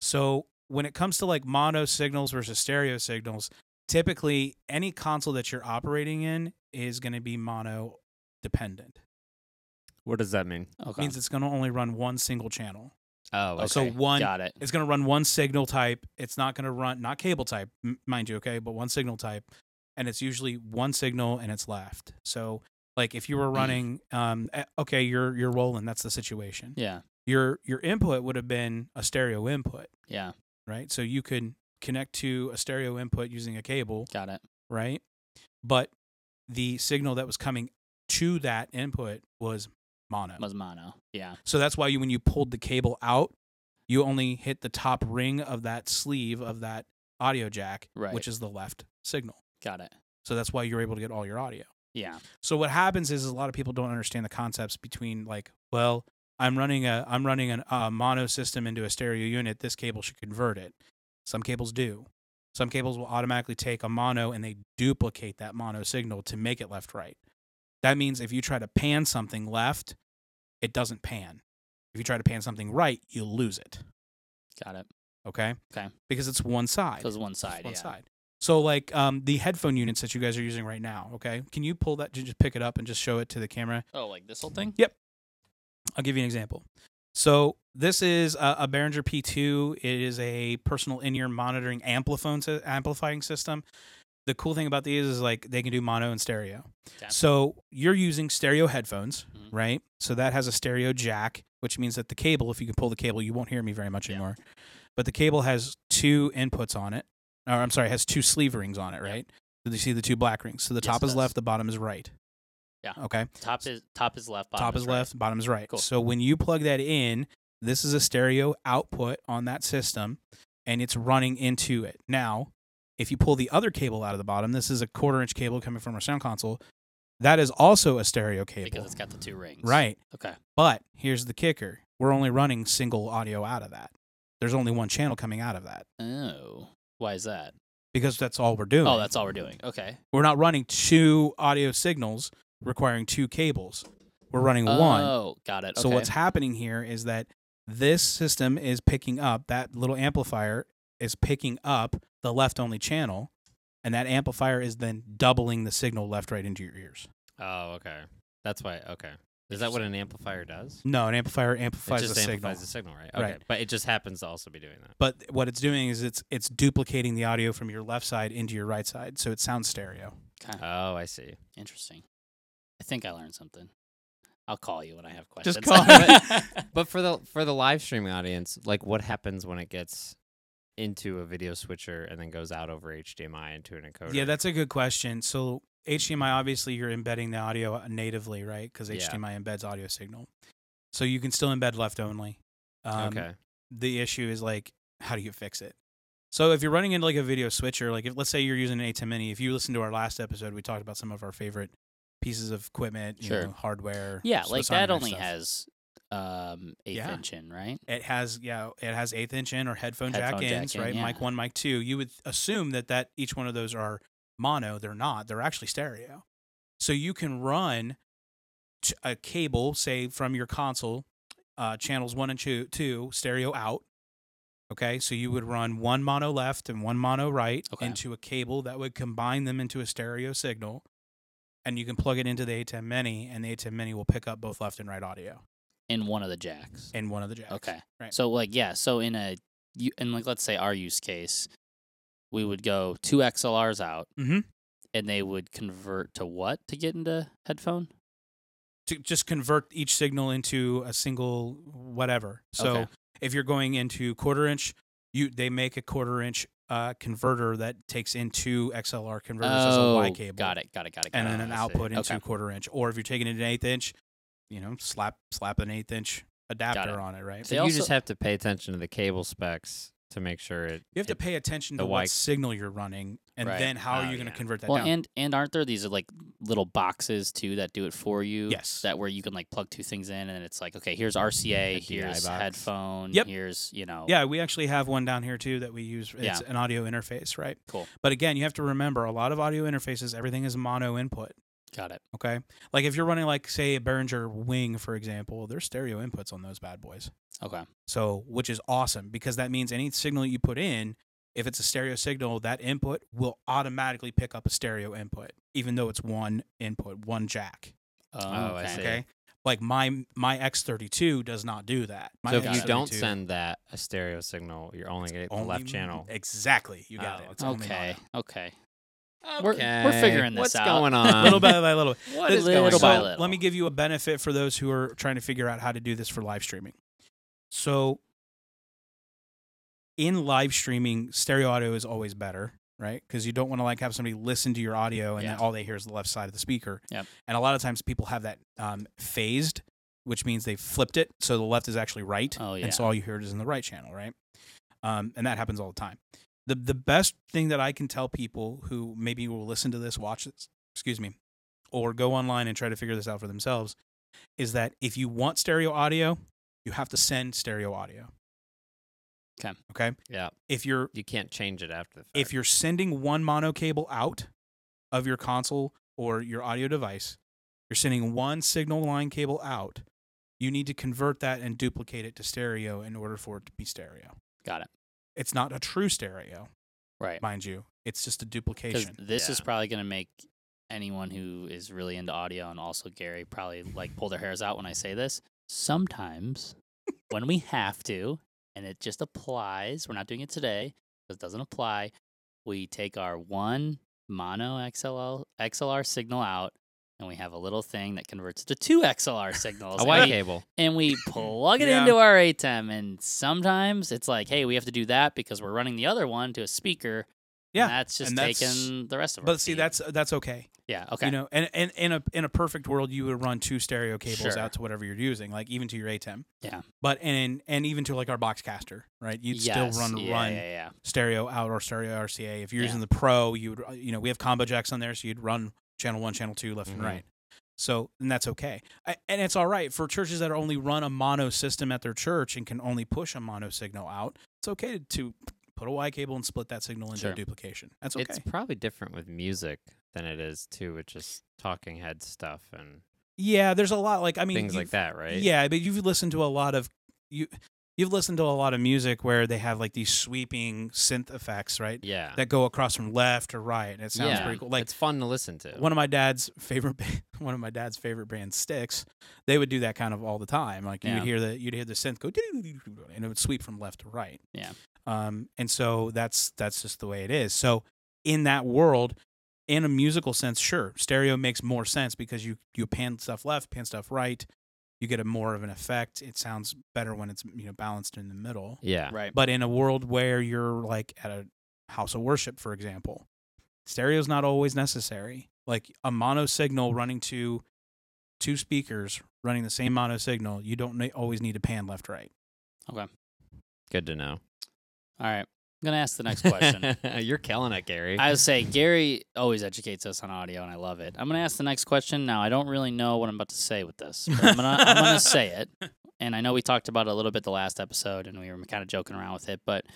[SPEAKER 1] So when it comes to like mono signals versus stereo signals, typically any console that you're operating in is going to be mono dependent.
[SPEAKER 3] What does that mean?
[SPEAKER 2] Okay.
[SPEAKER 1] means it's going to only run one single channel.
[SPEAKER 2] oh. Okay.
[SPEAKER 1] so one-
[SPEAKER 2] Got it.
[SPEAKER 1] It's going to run one signal type. It's not going to run not cable type, m- mind you, okay, but one signal type, and it's usually one signal and it's left. So like if you were running, um, eh, okay, you're you're rolling. That's the situation.
[SPEAKER 2] Yeah.
[SPEAKER 1] Your your input would have been a stereo input,
[SPEAKER 2] Yeah.
[SPEAKER 1] right? So you could connect to a stereo input using a cable,
[SPEAKER 2] Got it.
[SPEAKER 1] right? But the signal that was coming to that input was mono.
[SPEAKER 2] Was mono. Yeah.
[SPEAKER 1] So that's why you, when you pulled the cable out, you only hit the top ring of that sleeve of that audio jack,
[SPEAKER 2] Right.
[SPEAKER 1] which is the left signal.
[SPEAKER 2] Got it.
[SPEAKER 1] So that's why you're able to get all your audio.
[SPEAKER 2] Yeah.
[SPEAKER 1] So what happens is, is a lot of people don't understand the concepts between like, well, I'm running a I'm running a uh, mono system into a stereo unit. This cable should convert it. Some cables do. Some cables will automatically take a mono and they duplicate that mono signal to make it left right. That means if you try to pan something left, it doesn't pan. If you try to pan something right, you lose it.
[SPEAKER 2] Got it.
[SPEAKER 1] Okay.
[SPEAKER 2] Okay.
[SPEAKER 1] Because it's one side.
[SPEAKER 2] Because one
[SPEAKER 1] Just
[SPEAKER 2] side.
[SPEAKER 1] one
[SPEAKER 2] yeah.
[SPEAKER 1] side. So like um, the headphone units that you guys are using right now, okay? Can you pull that? Just pick it up and just show it to the camera.
[SPEAKER 2] Oh, like this whole thing?
[SPEAKER 1] I'll give you an example. So this is a, a Behringer P2. It is a personal in-ear monitoring ampliphone sy- amplifying system. The cool thing about these is like they can do mono and stereo.
[SPEAKER 2] Okay.
[SPEAKER 1] So you're using stereo headphones,
[SPEAKER 2] Mhm.
[SPEAKER 1] right? So that has a stereo jack, which means that the cable, if you can pull the cable, you won't hear me very much
[SPEAKER 2] Yeah.
[SPEAKER 1] anymore. But the cable has two inputs on it. Or I'm sorry, has two sleeve rings on it,
[SPEAKER 2] Yeah.
[SPEAKER 1] right? Did you see the two black rings? So the
[SPEAKER 2] Yes,
[SPEAKER 1] top
[SPEAKER 2] it
[SPEAKER 1] is
[SPEAKER 2] does.
[SPEAKER 1] left, the bottom is right.
[SPEAKER 2] Yeah.
[SPEAKER 1] Okay
[SPEAKER 2] Top is top is left. Bottom
[SPEAKER 1] top is,
[SPEAKER 2] right.
[SPEAKER 1] left, bottom is right.
[SPEAKER 2] Cool.
[SPEAKER 1] So when you plug that in, this is a stereo output on that system and it's running into it. Now, if you pull the other cable out of the bottom, this is a quarter inch cable coming from our sound console. That is also a stereo
[SPEAKER 2] because
[SPEAKER 1] cable.
[SPEAKER 2] it's got the two rings.
[SPEAKER 1] Right.
[SPEAKER 2] Okay.
[SPEAKER 1] But here's the kicker we're only running single audio out of that. There's only one channel coming out of that
[SPEAKER 2] Oh, why is that?
[SPEAKER 1] because that's all we're doing.
[SPEAKER 2] Oh, that's all we're doing. Okay.
[SPEAKER 1] we're not running two audio signals requiring two cables. We're running one.
[SPEAKER 2] Oh, got it. Okay.
[SPEAKER 1] So what's happening here is that this system is picking up that little amplifier is picking up the left only channel, and that amplifier is then doubling the signal left right into your ears.
[SPEAKER 3] Oh, okay. That's why. Okay. Is that what an amplifier does?
[SPEAKER 1] No, an amplifier
[SPEAKER 3] It
[SPEAKER 1] amplifies the
[SPEAKER 3] just
[SPEAKER 1] signal.
[SPEAKER 3] amplifies the signal, right? Okay.
[SPEAKER 1] Right.
[SPEAKER 3] But it just happens to also be doing that.
[SPEAKER 1] but what it's doing is it's it's duplicating the audio from your left side into your right side, so it sounds stereo.
[SPEAKER 2] Okay.
[SPEAKER 3] Oh, I see.
[SPEAKER 2] Interesting. I think I learned something. I'll call you when I have questions.
[SPEAKER 1] Just call
[SPEAKER 3] But for the for the live streaming audience, like what happens when it gets into a video switcher and then goes out over HDMI into an encoder?
[SPEAKER 1] Yeah, that's a good question. So HDMI, obviously, you're embedding the audio natively, right? Because
[SPEAKER 3] Yeah.
[SPEAKER 1] HDMI embeds audio signal, so you can still embed left only. Um,
[SPEAKER 3] okay.
[SPEAKER 1] the issue is like how do you fix it so if you're running into like a video switcher like if let's say you're using an a10 mini if you listen to our last episode we talked about some of our favorite pieces of equipment you
[SPEAKER 2] Sure.
[SPEAKER 1] know, hardware
[SPEAKER 2] yeah,
[SPEAKER 1] so-
[SPEAKER 2] like
[SPEAKER 1] some of
[SPEAKER 2] that only
[SPEAKER 1] stuff.
[SPEAKER 2] has um eighth
[SPEAKER 1] Yeah.
[SPEAKER 2] inch in, right?
[SPEAKER 1] it has yeah it has eighth inch in or headphone,
[SPEAKER 2] Headphone
[SPEAKER 1] jack
[SPEAKER 2] jack
[SPEAKER 1] ins
[SPEAKER 2] in,
[SPEAKER 1] right
[SPEAKER 2] yeah.
[SPEAKER 1] mic one mic two you would assume that that each one of those are mono they're not they're actually stereo So you can run t- a cable, say from your console, uh, channels one and two, two stereo out. Okay, so you would run one mono left and one mono right
[SPEAKER 2] Okay.
[SPEAKER 1] into a cable that would combine them into a stereo signal, and you can plug it into the A10 Mini, and the A10 Mini will pick up both left and right audio
[SPEAKER 2] in one of the jacks.
[SPEAKER 1] in one of the jacks.
[SPEAKER 2] Okay.
[SPEAKER 1] Right.
[SPEAKER 2] So like yeah, so in a you and like let's say our use case, we would go two XLRs out
[SPEAKER 1] Mhm.
[SPEAKER 2] and they would convert to what to get into headphone?
[SPEAKER 1] to just convert each signal into a single whatever. So
[SPEAKER 2] Okay.
[SPEAKER 1] if you're going into quarter inch, you they make a quarter inch uh, converter that takes in two XLR converters as a Y cable.
[SPEAKER 2] Oh, Got it, got it, got it. Got
[SPEAKER 1] And
[SPEAKER 2] it.
[SPEAKER 1] then an
[SPEAKER 3] I see.
[SPEAKER 1] output into
[SPEAKER 2] Okay.
[SPEAKER 1] quarter inch. Or if you're taking it an eighth inch, you know, slap slap an eighth inch adapter
[SPEAKER 2] it.
[SPEAKER 1] on it, right?
[SPEAKER 3] So
[SPEAKER 2] They
[SPEAKER 3] you
[SPEAKER 2] also-
[SPEAKER 3] just have to pay attention to the cable specs to make sure it.
[SPEAKER 1] You have to
[SPEAKER 3] it-
[SPEAKER 1] pay attention
[SPEAKER 3] the
[SPEAKER 1] to
[SPEAKER 3] Y-
[SPEAKER 1] what signal you're running and
[SPEAKER 2] Right.
[SPEAKER 1] then how
[SPEAKER 3] Oh,
[SPEAKER 1] are you going to
[SPEAKER 3] yeah.
[SPEAKER 1] convert that
[SPEAKER 2] Well,
[SPEAKER 1] down.
[SPEAKER 2] and and aren't there these like little boxes too that do it for you?
[SPEAKER 1] Yes.
[SPEAKER 2] That where you can like plug two things in and it's like, okay, here's RCA,
[SPEAKER 3] A DI
[SPEAKER 2] here's
[SPEAKER 3] box.
[SPEAKER 2] headphone,
[SPEAKER 1] Yep.
[SPEAKER 2] here's you know
[SPEAKER 1] yeah, we actually have one down here too that we use. It's
[SPEAKER 2] Yeah.
[SPEAKER 1] an audio interface, right?
[SPEAKER 2] Cool.
[SPEAKER 1] But again, you have to remember a lot of audio interfaces, everything is mono input.
[SPEAKER 2] Got it.
[SPEAKER 1] Okay. Like if you're running like say a Behringer Wing for example, there's stereo inputs on those bad boys.
[SPEAKER 2] Okay.
[SPEAKER 1] So, which is awesome because that means any signal you put in, if it's a stereo signal, that input will automatically pick up a stereo input even though it's one input, one jack,
[SPEAKER 3] Oh, I see.
[SPEAKER 1] okay? Like my my X32 does not do that. My
[SPEAKER 3] so if you
[SPEAKER 1] X32
[SPEAKER 3] don't send that a stereo signal, you're only going to get the
[SPEAKER 1] only-
[SPEAKER 3] left channel.
[SPEAKER 1] Exactly. You got
[SPEAKER 3] Oh,
[SPEAKER 1] it. It's only
[SPEAKER 2] Okay.
[SPEAKER 1] mono.
[SPEAKER 2] Okay. Uh, We're- we're
[SPEAKER 3] Okay,
[SPEAKER 2] figuring this
[SPEAKER 3] What's
[SPEAKER 2] out.
[SPEAKER 3] going on?
[SPEAKER 1] little by little.
[SPEAKER 3] What
[SPEAKER 1] This-
[SPEAKER 3] is
[SPEAKER 2] Little
[SPEAKER 3] going
[SPEAKER 1] so
[SPEAKER 2] by
[SPEAKER 3] on?
[SPEAKER 2] little.
[SPEAKER 1] let me give you a benefit for those who are trying to figure out how to do this for live streaming. So in live streaming, stereo audio is always better, right? Because you don't want to like have somebody listen to your audio and then
[SPEAKER 2] Yeah.
[SPEAKER 1] all they hear is the left side of the speaker.
[SPEAKER 2] Yep.
[SPEAKER 1] And a lot of times people have that um, phased, which means they flipped it, so the left is actually right,
[SPEAKER 2] Oh, yeah.
[SPEAKER 1] and so all you hear is in the right channel, right? Um, and that happens all the time. The the best thing that I can tell people who maybe will listen to this, watch this, excuse me, or go online and try to figure this out for themselves is that if you want stereo audio, you have to send stereo audio.
[SPEAKER 2] Okay.
[SPEAKER 1] Okay.
[SPEAKER 3] Yeah,
[SPEAKER 1] If you're
[SPEAKER 3] you can't change it after the fact.
[SPEAKER 1] if you're sending one mono cable out of your console or your audio device, you're sending one signal line cable out. You need to convert that and duplicate it to stereo in order for it to be stereo.
[SPEAKER 2] Got it.
[SPEAKER 1] It's not a true stereo,
[SPEAKER 2] Right.
[SPEAKER 1] mind you. It's just a
[SPEAKER 2] Eh. Because
[SPEAKER 1] duplication.
[SPEAKER 2] this is
[SPEAKER 3] Yeah.
[SPEAKER 2] probably going to make anyone who is really into audio and also Gary probably like pull their hairs out when I say this. Sometimes when we have to, and it just applies, we're not doing it today because it doesn't apply. We take our one mono XLR, XLR signal out and we have a little thing that converts it to two XLR signals.
[SPEAKER 3] a
[SPEAKER 2] and
[SPEAKER 3] white
[SPEAKER 2] we-
[SPEAKER 3] cable.
[SPEAKER 2] and we plug it
[SPEAKER 1] Yeah.
[SPEAKER 2] into our ATEM. And sometimes it's like, hey, we have to do that because we're running the other one to a speaker. and
[SPEAKER 1] Yeah,
[SPEAKER 2] that's just
[SPEAKER 1] and that's-
[SPEAKER 2] taking the rest of. our
[SPEAKER 1] But see,
[SPEAKER 2] feed.
[SPEAKER 1] that's that's okay.
[SPEAKER 2] yeah, okay,
[SPEAKER 1] You know, and, and in a in a perfect world, you would run two stereo cables
[SPEAKER 2] Sure.
[SPEAKER 1] out to whatever you're using, like even to your ATEM.
[SPEAKER 2] Yeah.
[SPEAKER 1] But and and even to like our Boxcaster, right? You'd
[SPEAKER 2] Yes,
[SPEAKER 1] still run
[SPEAKER 2] yeah,
[SPEAKER 1] run
[SPEAKER 2] Yeah, yeah,
[SPEAKER 1] stereo out or stereo RCA. If you're
[SPEAKER 2] Yeah.
[SPEAKER 1] using the Pro, you would uh, you know we have combo jacks on there, so you'd run channel one, channel two, left
[SPEAKER 3] Mhm.
[SPEAKER 1] and right. So and that's okay, I, and it's all right for churches that only run a mono system at their church and can only push a mono signal out. It's okay to, to put a Y cable and split that signal into
[SPEAKER 2] Sure.
[SPEAKER 1] a duplication. That's okay.
[SPEAKER 3] It's probably different with music than it is too with just talking head stuff and
[SPEAKER 1] yeah, there's a lot like I mean
[SPEAKER 3] things
[SPEAKER 1] you-
[SPEAKER 3] like that, right?
[SPEAKER 1] Yeah, but you've listened to a lot of you you've listened to a lot of music where they have like these sweeping synth effects, right?
[SPEAKER 3] Yeah.
[SPEAKER 1] That go across from left to right, and it sounds
[SPEAKER 3] Yeah.
[SPEAKER 1] pretty cool. Like
[SPEAKER 3] it's fun to listen to.
[SPEAKER 1] one of my dad's favorite ba- one of my dad's favorite bands, Sticks, they would do that kind of all the time. Like
[SPEAKER 2] Yeah.
[SPEAKER 1] you'd hear the you'd hear the synth go and it would sweep from left to right.
[SPEAKER 2] Yeah.
[SPEAKER 1] Um and so that's that's just the way it is. So in that world in a musical sense, sure, stereo makes more sense because you you pan stuff left, pan stuff right, you get a more of an effect. It sounds better when it's you know balanced in the middle.
[SPEAKER 3] yeah.
[SPEAKER 2] right.
[SPEAKER 1] But in a world where you're like at a house of worship, for example, stereo's not always necessary. Like a mono signal running to two speakers running the same mono signal, you don't ne- always need to pan left right.
[SPEAKER 3] Good to know.
[SPEAKER 2] All right, I'm gonna ask the next question.
[SPEAKER 3] you're killing it, Gary.
[SPEAKER 2] I would say Gary always educates us on audio, and I love it. I'm gonna ask the next question. Now, I don't really know what I'm about to say with this. But I'm gonna I'm gonna say it, and I know we talked about it a little bit the last episode, and we were kind of joking around with it, but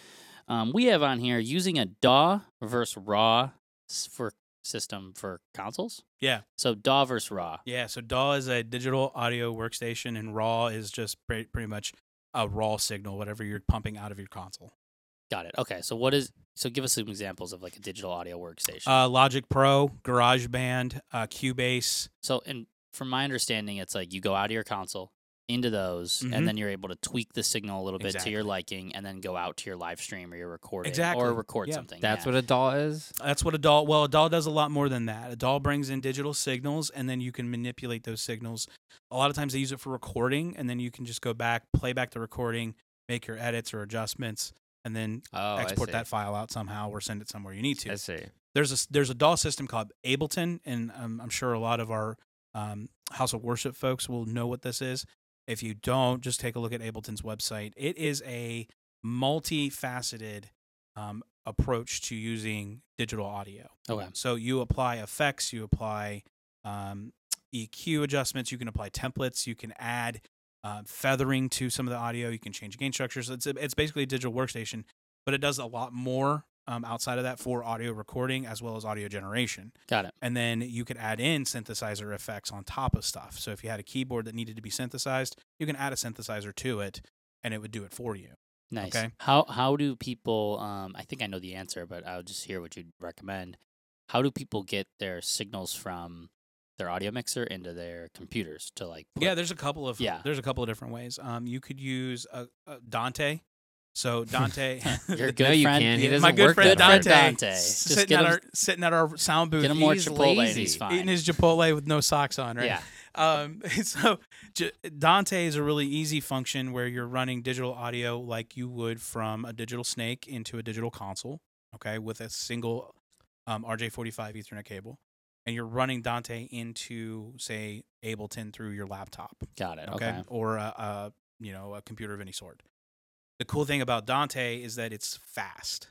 [SPEAKER 2] um, we have on here using a DAW versus RAW s- for system for consoles.
[SPEAKER 1] Yeah.
[SPEAKER 2] So DAW versus RAW.
[SPEAKER 1] Yeah, so DAW is a digital audio workstation, and RAW is just pre- pretty much a raw signal, whatever you're pumping out of your console.
[SPEAKER 2] Got it. Okay. So what is? So give us some examples of like a digital audio workstation.
[SPEAKER 1] Uh, Logic Pro, GarageBand, uh, Cubase.
[SPEAKER 2] so and from my understanding, it's like you go out of your console into those,
[SPEAKER 1] Mhm.
[SPEAKER 2] and then you're able to tweak the signal a little bit to your
[SPEAKER 1] Exactly.
[SPEAKER 2] liking, and then go out to your live stream or your recording
[SPEAKER 1] Exactly.
[SPEAKER 2] or record
[SPEAKER 1] Yeah.
[SPEAKER 2] something.
[SPEAKER 3] That's
[SPEAKER 2] Yeah.
[SPEAKER 3] what a doll is.
[SPEAKER 1] That's what a DAW. Well, a DAW does a lot more than that. A DAW brings in digital signals, and then you can manipulate those signals. A lot of times they use it for recording, and then you can just go back, play back the recording, make your edits or adjustments, and then
[SPEAKER 3] Oh,
[SPEAKER 1] export that file out somehow or send it somewhere you need to.
[SPEAKER 3] I see.
[SPEAKER 1] there's a s- there's a DAW system called Ableton, and um, I'm sure a lot of our um, House of Worship folks will know what this is. If you don't, just take a look at Ableton's website. It is a multifaceted um, approach to using digital audio.
[SPEAKER 2] Okay.
[SPEAKER 1] So you apply effects, you apply um, EQ adjustments, you can apply templates, you can add uh, feathering to some of the audio, you can change gain structures. It's it's basically a digital workstation, but it does a lot more um, outside of that for audio recording as well as audio generation.
[SPEAKER 2] Got it.
[SPEAKER 1] And then you could add in synthesizer effects on top of stuff. So if you had a keyboard that needed to be synthesized, you can add a synthesizer to it, and it would do it for you.
[SPEAKER 2] Nice.
[SPEAKER 1] Okay.
[SPEAKER 2] How how do people? Um, I think I know the answer, but I'll just hear what you'd recommend. How do people get their signals from their audio mixer into their computers to like? put-
[SPEAKER 1] Yeah, there's a couple of
[SPEAKER 2] Yeah.
[SPEAKER 1] There's a couple of different ways. Um, you could use a, a Dante. So Dante,
[SPEAKER 2] Your good
[SPEAKER 3] No, you
[SPEAKER 2] friend,
[SPEAKER 3] can't. He
[SPEAKER 2] Yeah,
[SPEAKER 3] doesn't
[SPEAKER 1] my good
[SPEAKER 3] work
[SPEAKER 1] friend
[SPEAKER 3] that hard.
[SPEAKER 1] Dante,
[SPEAKER 2] Dante.
[SPEAKER 1] s-
[SPEAKER 2] Just
[SPEAKER 1] sitting
[SPEAKER 2] get
[SPEAKER 1] at
[SPEAKER 2] him-
[SPEAKER 1] our sitting at our sound booth,
[SPEAKER 2] get him more
[SPEAKER 3] he's
[SPEAKER 2] Chipotle, and he's
[SPEAKER 3] lazy.
[SPEAKER 2] fine.
[SPEAKER 1] eating his Chipotle with no socks on, right?
[SPEAKER 2] Yeah.
[SPEAKER 1] Um, so J- Dante is a really easy function where you're running digital audio like you would from a digital snake into a digital console, okay, with a single um, RJ45 Ethernet cable. And you're running Dante into, say, Ableton through your laptop,
[SPEAKER 2] Got it.
[SPEAKER 1] okay,
[SPEAKER 2] Okay.
[SPEAKER 1] or a, a you know a computer of any sort. The cool thing about Dante is that it's fast.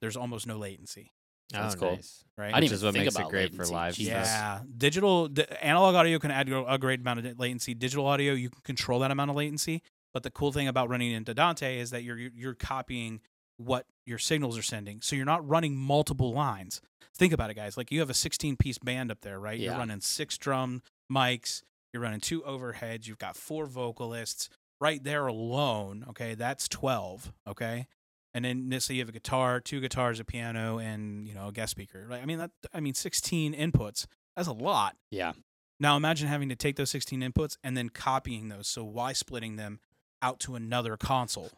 [SPEAKER 1] There's almost no latency,
[SPEAKER 2] That's
[SPEAKER 3] oh,
[SPEAKER 2] cool.
[SPEAKER 3] Nice.
[SPEAKER 1] right?
[SPEAKER 2] I didn't
[SPEAKER 3] Which
[SPEAKER 2] even
[SPEAKER 3] is what
[SPEAKER 2] think
[SPEAKER 3] makes it
[SPEAKER 2] about
[SPEAKER 3] great for
[SPEAKER 2] latency.
[SPEAKER 3] live
[SPEAKER 2] Jesus.
[SPEAKER 3] stuff.
[SPEAKER 1] Yeah, digital d- analog audio can add a great amount of latency. Digital audio, you can control that amount of latency. But the cool thing about running into Dante is that you're you're- you're copying what your signals are sending, so you're not running multiple lines. Think about it, guys. Like you have a 16 piece band up there, right? You're
[SPEAKER 2] Yeah.
[SPEAKER 1] running six drum mics. You're running two overheads. You've got four vocalists right there alone. Okay, that's 12. Okay. And then let's say you have a guitar, two guitars, a piano, and you know a guest speaker. Right? I mean, that I mean, sixteen inputs. That's a lot.
[SPEAKER 2] Yeah.
[SPEAKER 1] Now imagine having to take those 16 inputs and then copying those. So why splitting them out to another console?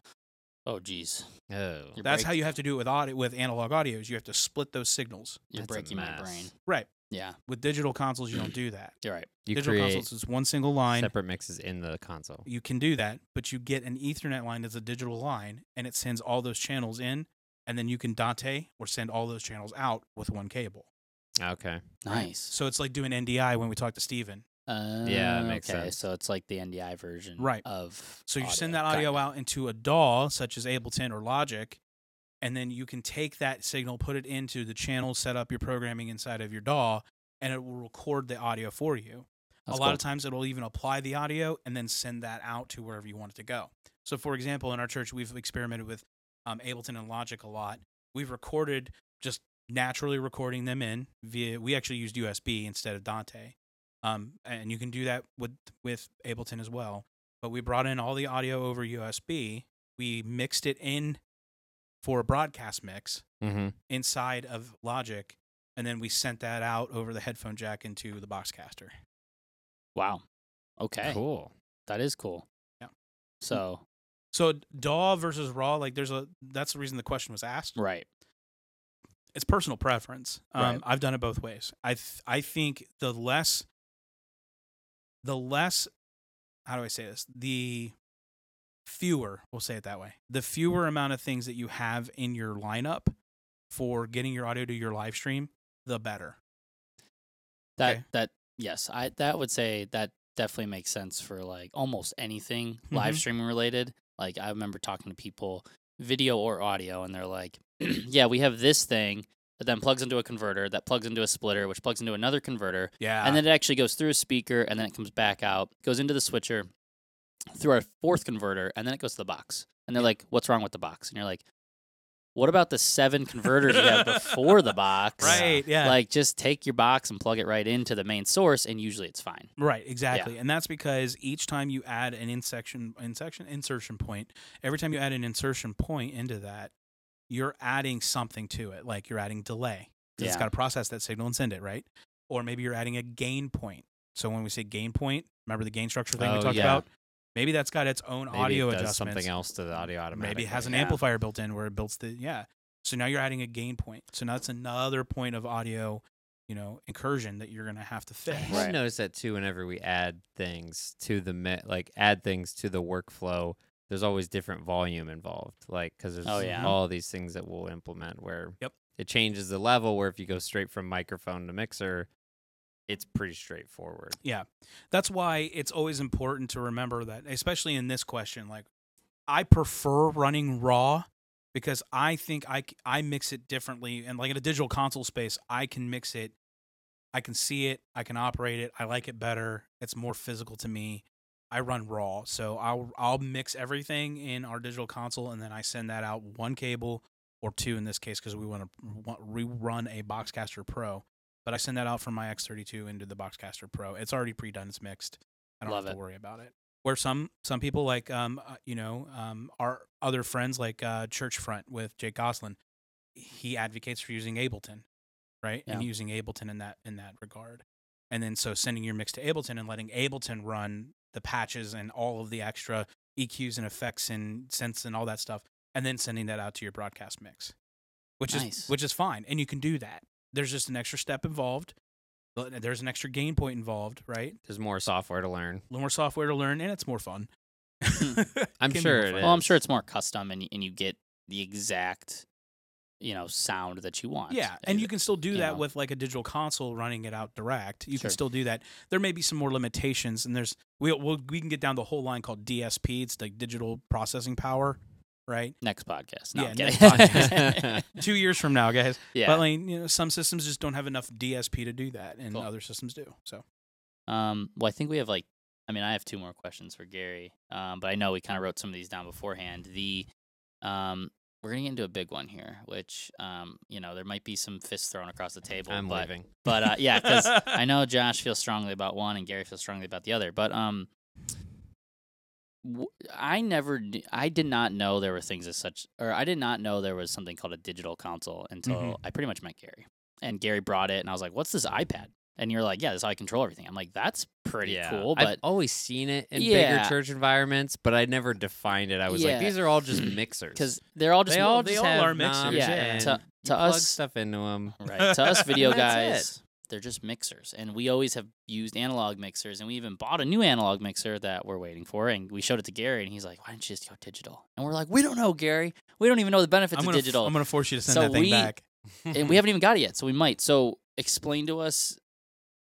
[SPEAKER 2] Oh, geez.
[SPEAKER 3] Oh.
[SPEAKER 2] You're
[SPEAKER 1] That's
[SPEAKER 2] break-
[SPEAKER 1] how you have to do it with audio, with analog audio is you have to split those signals.
[SPEAKER 2] You're
[SPEAKER 3] That's a
[SPEAKER 2] breaking my
[SPEAKER 3] mess.
[SPEAKER 2] brain.
[SPEAKER 1] Right.
[SPEAKER 2] Yeah.
[SPEAKER 1] With digital consoles, you don't do that.
[SPEAKER 2] You're right.
[SPEAKER 3] You
[SPEAKER 1] digital
[SPEAKER 3] create
[SPEAKER 1] consoles is one single line.
[SPEAKER 3] separate mixes in the console.
[SPEAKER 1] You can do that, but you get an Ethernet line that's a digital line, and it sends all those channels in, and then you can Dante or send all those channels out with one cable.
[SPEAKER 3] Okay.
[SPEAKER 2] Nice.
[SPEAKER 1] So it's like doing NDI when we talk to Steven.
[SPEAKER 2] Uh,
[SPEAKER 3] Yeah, it makes
[SPEAKER 2] okay.
[SPEAKER 3] sense.
[SPEAKER 2] So it's like the NDI version,
[SPEAKER 1] Right.
[SPEAKER 2] Of
[SPEAKER 1] So you
[SPEAKER 2] audio.
[SPEAKER 1] send that audio
[SPEAKER 2] Kinda.
[SPEAKER 1] out into a DAW, such as Ableton or Logic, and then you can take that signal, put it into the channel, set up your programming inside of your DAW, and it will record the audio for you.
[SPEAKER 2] That's
[SPEAKER 1] a lot
[SPEAKER 2] cool.
[SPEAKER 1] of times it'll even apply the audio and then send that out to wherever you want it to go. So, for example, in our church, we've experimented with um, Ableton and Logic a lot. We've recorded just naturally recording them in via, we actually used USB instead of Dante. Um, and you can do that with, with Ableton as well. But we brought in all the audio over USB. We mixed it in for a broadcast mix
[SPEAKER 3] Mm-hmm.
[SPEAKER 1] inside of Logic. And then we sent that out over the headphone jack into the Boxcaster.
[SPEAKER 2] Wow. Okay.
[SPEAKER 3] Cool.
[SPEAKER 2] That is cool.
[SPEAKER 1] Yeah.
[SPEAKER 2] So
[SPEAKER 1] So DAW versus RAW, like there's a that's the reason the question was asked.
[SPEAKER 2] right.
[SPEAKER 1] It's personal preference. Um,
[SPEAKER 2] Right.
[SPEAKER 1] I've done it both ways. I th- I think the less the less how do I say this? The fewer, we'll say it that way. The fewer amount of things that you have in your lineup for getting your audio to your live stream, the better.
[SPEAKER 2] That
[SPEAKER 1] Okay.
[SPEAKER 2] that yes, I that would say that definitely makes sense for like almost anything live
[SPEAKER 1] Mhm.
[SPEAKER 2] streaming related. Like I remember talking to people video or audio and they're like, "Yeah, we have this thing that then plugs into a converter, that plugs into a splitter, which plugs into another converter,
[SPEAKER 1] Yeah.
[SPEAKER 2] and then it actually goes through a speaker and then it comes back out, goes into the switcher, through our fourth converter, and then it goes to the box." And they're like, "What's wrong with the box?" And you're like, What about the seven converters you have before the box?
[SPEAKER 1] Right. Yeah.
[SPEAKER 2] Like just take your box and plug it right into the main source, and usually it's fine.
[SPEAKER 1] Right, exactly. And that's because each time you add an insertion insertion insertion point, every time you add an insertion point into that, you're adding something to it. Like you're adding delay. 'cause It's
[SPEAKER 2] Yeah.
[SPEAKER 1] got to process that signal and send it, right? Or maybe you're adding a gain point. So when we say gain point, remember the gain structure thing we
[SPEAKER 3] Oh,
[SPEAKER 1] talked
[SPEAKER 3] yeah.
[SPEAKER 1] about? Maybe that's got its own
[SPEAKER 3] Maybe
[SPEAKER 1] audio
[SPEAKER 3] it does
[SPEAKER 1] adjustments.
[SPEAKER 3] something else to the audio
[SPEAKER 1] Maybe
[SPEAKER 3] automatically.
[SPEAKER 1] it has an
[SPEAKER 2] yeah.
[SPEAKER 1] amplifier built in where it builds the yeah. So now you're adding a gain point. So now that's another point of audio, you know, incursion that you're gonna have to fix.
[SPEAKER 3] I
[SPEAKER 2] Right.
[SPEAKER 3] have noticed that too. Whenever we add things to the mi- like add things to the workflow, there's always different volume involved. Like because there's
[SPEAKER 2] Oh, yeah.
[SPEAKER 3] all these things that we'll implement where
[SPEAKER 1] Yep.
[SPEAKER 3] it changes the level. Where if you go straight from microphone to mixer, it's pretty straightforward.
[SPEAKER 1] Yeah. That's why it's always important to remember that, especially in this question. Like, I prefer running raw because I think I, c- I mix it differently. And like in a digital console space, I can mix it. I can see it. I can operate it. I like it better. It's more physical to me. I run raw. So I'll, I'll mix everything in our digital console and then I send that out one cable or two in this case because we want to rerun a Boxcaster Pro but I send that out from my X32 into the Boxcaster Pro. It's already pre-done. It's mixed. I don't
[SPEAKER 2] Love
[SPEAKER 1] have to
[SPEAKER 2] it.
[SPEAKER 1] worry about it. Where some some people like um uh, you know um our other friends like uh, Churchfront with Jake Goslin, he advocates for using Ableton, right? And
[SPEAKER 2] Yeah.
[SPEAKER 1] using Ableton in that in that regard. And then so sending your mix to Ableton and letting Ableton run the patches and all of the extra EQs and effects and synths and all that stuff, and then sending that out to your broadcast mix, which is
[SPEAKER 2] Nice.
[SPEAKER 1] which is fine, and you can do that. There's just an extra step involved. but There's an extra gain point involved, right?
[SPEAKER 3] There's more software to
[SPEAKER 1] A
[SPEAKER 3] learn.
[SPEAKER 1] little more software to learn, and it's more fun.
[SPEAKER 3] I'm
[SPEAKER 1] Can be
[SPEAKER 3] sure
[SPEAKER 1] more
[SPEAKER 3] it
[SPEAKER 1] fun.
[SPEAKER 2] Well, I'm sure
[SPEAKER 3] is.
[SPEAKER 2] it's more custom, and y- and you get the exact, you know, sound that you want.
[SPEAKER 1] Yeah, and
[SPEAKER 2] It-
[SPEAKER 1] you can still do
[SPEAKER 2] you
[SPEAKER 1] that
[SPEAKER 2] know.
[SPEAKER 1] with like a digital console running it out direct. You can
[SPEAKER 2] Sure.
[SPEAKER 1] still do that. There may be some more limitations, and there's we we'll, we can get down the whole line called DSP. It's like digital processing power, right?
[SPEAKER 2] next podcast. No,
[SPEAKER 1] Yeah,
[SPEAKER 2] I'm
[SPEAKER 1] next
[SPEAKER 2] kidding.
[SPEAKER 1] podcast. Two years from now, guys.
[SPEAKER 2] yeah.
[SPEAKER 1] But like you know, some systems just don't have enough DSP to do that, and
[SPEAKER 2] Cool.
[SPEAKER 1] other systems do. So
[SPEAKER 2] Um, well, I think we have like, I mean, I have two more questions for Gary, um, but I know we kind of wrote some of these down beforehand. The, um, we're gonna get into a big one here, which, um, you know, there might be some fists thrown across the table.
[SPEAKER 3] I'm
[SPEAKER 2] but,
[SPEAKER 3] leaving.
[SPEAKER 2] but uh, yeah, because I know Josh feels strongly about one and Gary feels strongly about the other. But um, w- I never, kn- I did not know there were things as such, or I did not know there was something called a digital console until
[SPEAKER 1] Mhm.
[SPEAKER 3] Mm-hmm.
[SPEAKER 2] I pretty much met Gary, and Gary brought it, and I was like, "What's this iPad?" And you're like, "Yeah, that's how I control everything." I'm like, "That's pretty
[SPEAKER 3] Yeah.
[SPEAKER 2] cool,"
[SPEAKER 3] I've
[SPEAKER 2] but
[SPEAKER 3] always seen it in
[SPEAKER 2] Yeah.
[SPEAKER 3] bigger church environments, but I never defined it. I was
[SPEAKER 2] Yeah.
[SPEAKER 3] like, these are all just mixers.
[SPEAKER 2] because they're all just
[SPEAKER 3] they all
[SPEAKER 1] they
[SPEAKER 3] just
[SPEAKER 1] all
[SPEAKER 3] have
[SPEAKER 1] are mixers,
[SPEAKER 3] knobs
[SPEAKER 2] yeah.
[SPEAKER 3] and
[SPEAKER 2] To-
[SPEAKER 3] you
[SPEAKER 2] to
[SPEAKER 3] plug
[SPEAKER 2] us-
[SPEAKER 3] stuff into them.
[SPEAKER 2] Right. To us video
[SPEAKER 3] And that's
[SPEAKER 2] guys, they're just mixers. And we always have used analog mixers and we even bought a new analog mixer that we're waiting for and we showed it to Gary and he's like, Why don't you just go digital? And we're like, We don't know, Gary. We don't even know the benefits
[SPEAKER 1] I'm
[SPEAKER 2] of
[SPEAKER 1] gonna f-
[SPEAKER 2] digital.
[SPEAKER 1] I'm gonna force you to send
[SPEAKER 2] So
[SPEAKER 1] that thing
[SPEAKER 2] we-
[SPEAKER 1] back.
[SPEAKER 2] and we haven't even got it yet, so we might. So explain to us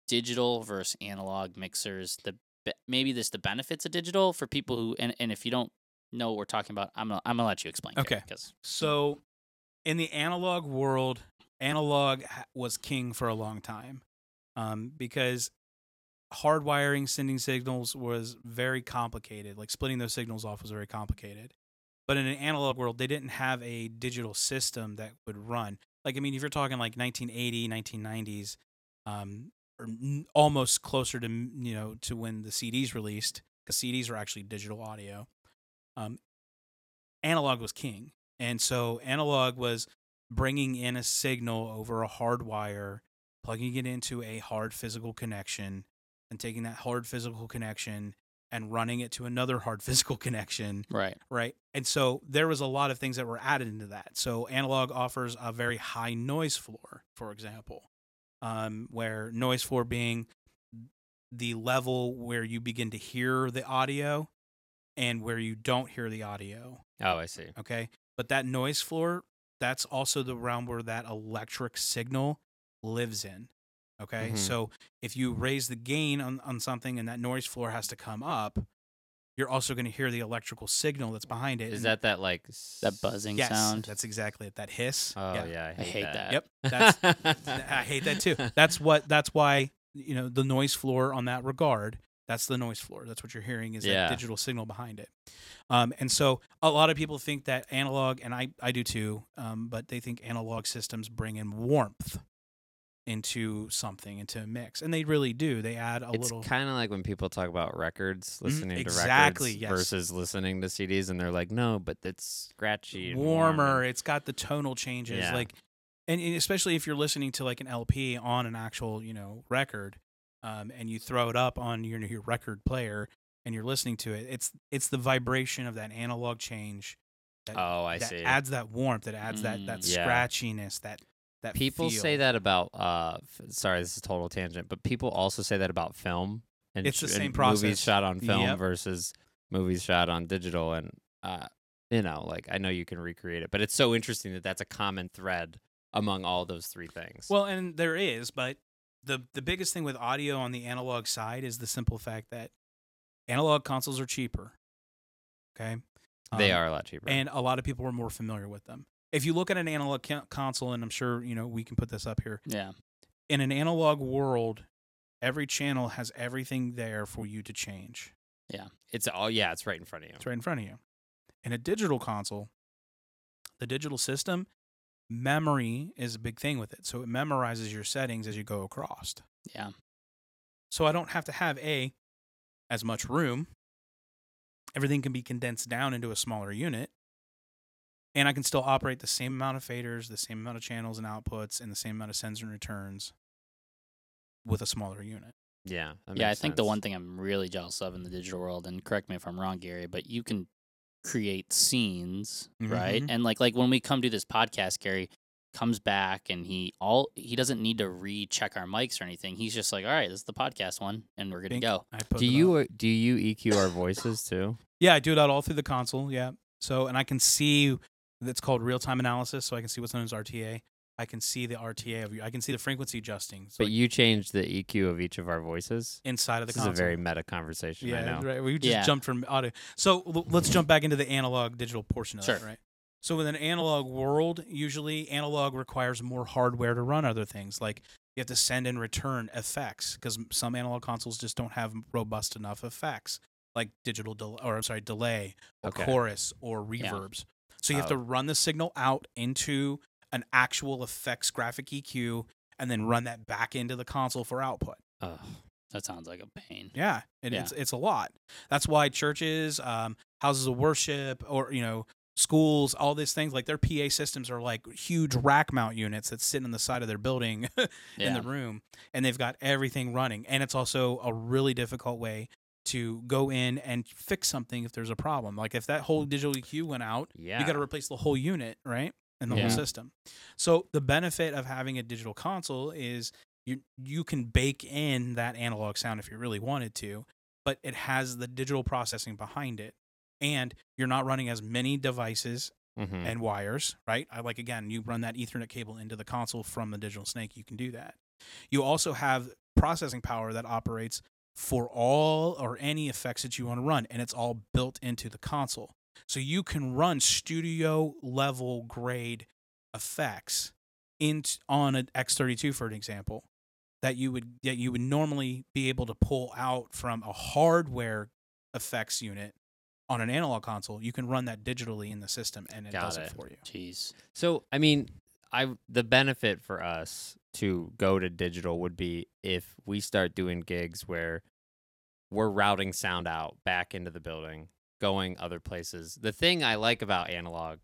[SPEAKER 2] digital versus analog mixers, the be- maybe this the benefits of digital for people who and, and if you don't know what we're talking about, I'm gonna I'm gonna let you explain. Gary,
[SPEAKER 1] Okay.
[SPEAKER 2] 'cause-
[SPEAKER 1] So, in the analog world, analog ha- was king for a long time um, because hardwiring sending signals was very complicated. Like splitting those signals off was very complicated. But in an analog world, they didn't have a digital system that would run. Like, I mean, if you're talking like 1980, 1990s, um, or n- almost closer to you know to when the CDs released, because CDs were actually digital audio. Um, analog was king. And so analog was bringing in a signal over a hard wire, plugging it into a hard physical connection, and taking that hard physical connection and running it to another hard physical connection,
[SPEAKER 2] Right.
[SPEAKER 1] right? And so there was a lot of things that were added into that. So analog offers a very high noise floor, for example, um, where noise floor being the level where you begin to hear the audio and where you don't hear the audio
[SPEAKER 3] oh, I see.
[SPEAKER 1] okay but that noise floor that's also the realm where that electric signal lives in okay
[SPEAKER 3] Mhm.
[SPEAKER 1] so if you raise the gain on, on something and that noise floor has to come up you're also going to hear the electrical signal that's behind it
[SPEAKER 3] Is
[SPEAKER 1] and-
[SPEAKER 3] that that like
[SPEAKER 2] That buzzing
[SPEAKER 1] yes
[SPEAKER 2] sound.
[SPEAKER 1] that's exactly it that hiss
[SPEAKER 3] Oh yeah, I,
[SPEAKER 2] I
[SPEAKER 3] hate
[SPEAKER 2] hate that.
[SPEAKER 1] yep that's I hate that too. That's what that's why you know the noise floor on that regard. That's the noise floor. That's what you're hearing is
[SPEAKER 3] Yeah.
[SPEAKER 1] that digital signal behind it. Um, and so a lot of people think that analog, and I, I do too, um, but they think analog systems bring in warmth into something, into a mix. And they really do. They add a
[SPEAKER 3] it's
[SPEAKER 1] little.
[SPEAKER 3] kind of like when people talk about records, listening
[SPEAKER 1] exactly,
[SPEAKER 3] to records
[SPEAKER 1] yes.
[SPEAKER 3] versus listening to CDs, and they're like, no, but it's scratchy, and warm
[SPEAKER 1] warmer.
[SPEAKER 3] and-"
[SPEAKER 1] It's got the tonal changes,
[SPEAKER 3] Yeah.
[SPEAKER 1] like, and, and especially if you're listening to like an LP on an actual, you know, record, um, and you throw it up on your your record player and you're listening to it. It's it's the vibration of that analog change
[SPEAKER 3] Oh, I
[SPEAKER 1] that
[SPEAKER 3] see.
[SPEAKER 1] adds that warmth, that adds that that
[SPEAKER 2] Mm.
[SPEAKER 3] Yeah.
[SPEAKER 1] scratchiness, that that
[SPEAKER 3] people
[SPEAKER 1] feel.
[SPEAKER 3] say that about. Uh, f- sorry, this is a total tangent, but people also say that about film. And
[SPEAKER 1] It's the
[SPEAKER 3] sh-
[SPEAKER 1] same
[SPEAKER 3] and
[SPEAKER 1] process.
[SPEAKER 3] Movies shot on film
[SPEAKER 1] Yep.
[SPEAKER 3] versus movies shot on digital, and uh, you know, like I know you can recreate it, but it's so interesting that that's a common thread among all those three things.
[SPEAKER 1] Well, and there is, but the the biggest thing with audio on the analog side is the simple fact that analog consoles are cheaper. Okay,
[SPEAKER 3] they
[SPEAKER 1] Um,
[SPEAKER 3] are a lot cheaper.
[SPEAKER 1] and a lot of people are more familiar with them. If you look at an analog co- console, and I'm sure you know we can put this up here
[SPEAKER 2] Yeah.
[SPEAKER 1] in an analog world, every channel has everything there for you to change.
[SPEAKER 3] it's all yeah, it's right in front of you.
[SPEAKER 1] It's right in front of you. In a digital console, the digital system memory is a big thing with it, so it memorizes your settings as you go across.
[SPEAKER 2] Yeah.
[SPEAKER 1] So I don't have to have a as much room. Everything can be condensed down into a smaller unit. And I can still operate the same amount of faders, the same amount of channels and outputs, and the same amount of sends and returns with a smaller unit.
[SPEAKER 3] Yeah, that
[SPEAKER 2] yeah, I
[SPEAKER 3] makes
[SPEAKER 2] think the
[SPEAKER 3] sense.
[SPEAKER 2] one thing I'm really jealous of in the digital world, and correct me if I'm wrong, Gary, but you can create scenes, right?
[SPEAKER 3] Mm-hmm.
[SPEAKER 1] Mhm.
[SPEAKER 2] And like like when we come do this podcast, Gary comes back and he all he doesn't need to recheck our mics or anything. He's just like, all right, this is the podcast one, and we're good
[SPEAKER 1] Bink.
[SPEAKER 2] to go.
[SPEAKER 1] I put
[SPEAKER 3] Do
[SPEAKER 1] them
[SPEAKER 3] you
[SPEAKER 1] up.
[SPEAKER 3] uh, do you EQ our voices too?
[SPEAKER 1] Yeah, I do that all through the console. Yeah. So and I can see that's called real time analysis. So I can see what's known as RTA. I can see the RTA of you. I can see the frequency adjusting. So
[SPEAKER 3] But you changed the EQ of each of our voices.
[SPEAKER 1] inside of the
[SPEAKER 3] This is
[SPEAKER 1] console.
[SPEAKER 3] a very meta conversation. I know.
[SPEAKER 1] right. We just
[SPEAKER 2] Yeah.
[SPEAKER 1] jumped from audio. So l- let's jump back into the analog digital portion of that,
[SPEAKER 2] Sure.
[SPEAKER 1] right? So with an analog world, usually analog requires more hardware to run other things. Like you have to send and return effects because some analog consoles just don't have robust enough effects, like digital del- or I'm sorry, delay or
[SPEAKER 3] Okay.
[SPEAKER 1] chorus or
[SPEAKER 2] Yeah.
[SPEAKER 1] reverbs. So you have
[SPEAKER 3] Oh.
[SPEAKER 1] to run the signal out into an actual effects graphic EQ and then run that back into the console for output.
[SPEAKER 3] Ugh.
[SPEAKER 2] That sounds like a pain.
[SPEAKER 1] Yeah, and
[SPEAKER 2] Yeah.
[SPEAKER 1] it's it's a lot. That's why churches, um, houses of worship, or you know, schools, all these things like their PA systems are like huge rack mount units that sit on the side of their building
[SPEAKER 2] Yeah.
[SPEAKER 1] in the room, and they've got everything running. And it's also a really difficult way to go in and fix something if there's a problem. Like if that whole digital EQ went out,
[SPEAKER 3] yeah.
[SPEAKER 1] you got to replace the whole unit, right? And the
[SPEAKER 2] Yeah.
[SPEAKER 1] whole system. So the benefit of having a digital console is you you can bake in that analog sound if you really wanted to, but it has the digital processing behind it. And you're not running as many devices
[SPEAKER 3] Mhm.
[SPEAKER 1] and wires, right? I like again, you run that Ethernet cable into the console from the digital snake, you can do that. You also have processing power that operates for all or any effects that you want to run, and it's all built into the console. So you can run studio level grade effects in on an X32 for an example that you would that you would normally be able to pull out from a hardware effects unit on an analog console you can run that digitally in the system and it
[SPEAKER 3] Got
[SPEAKER 1] does it.
[SPEAKER 3] it.
[SPEAKER 1] for you
[SPEAKER 2] Jeez.
[SPEAKER 3] So I mean, I the benefit for us to go to digital would be if we start doing gigs where we're routing sound out back into the building, going other places. The thing I like about analog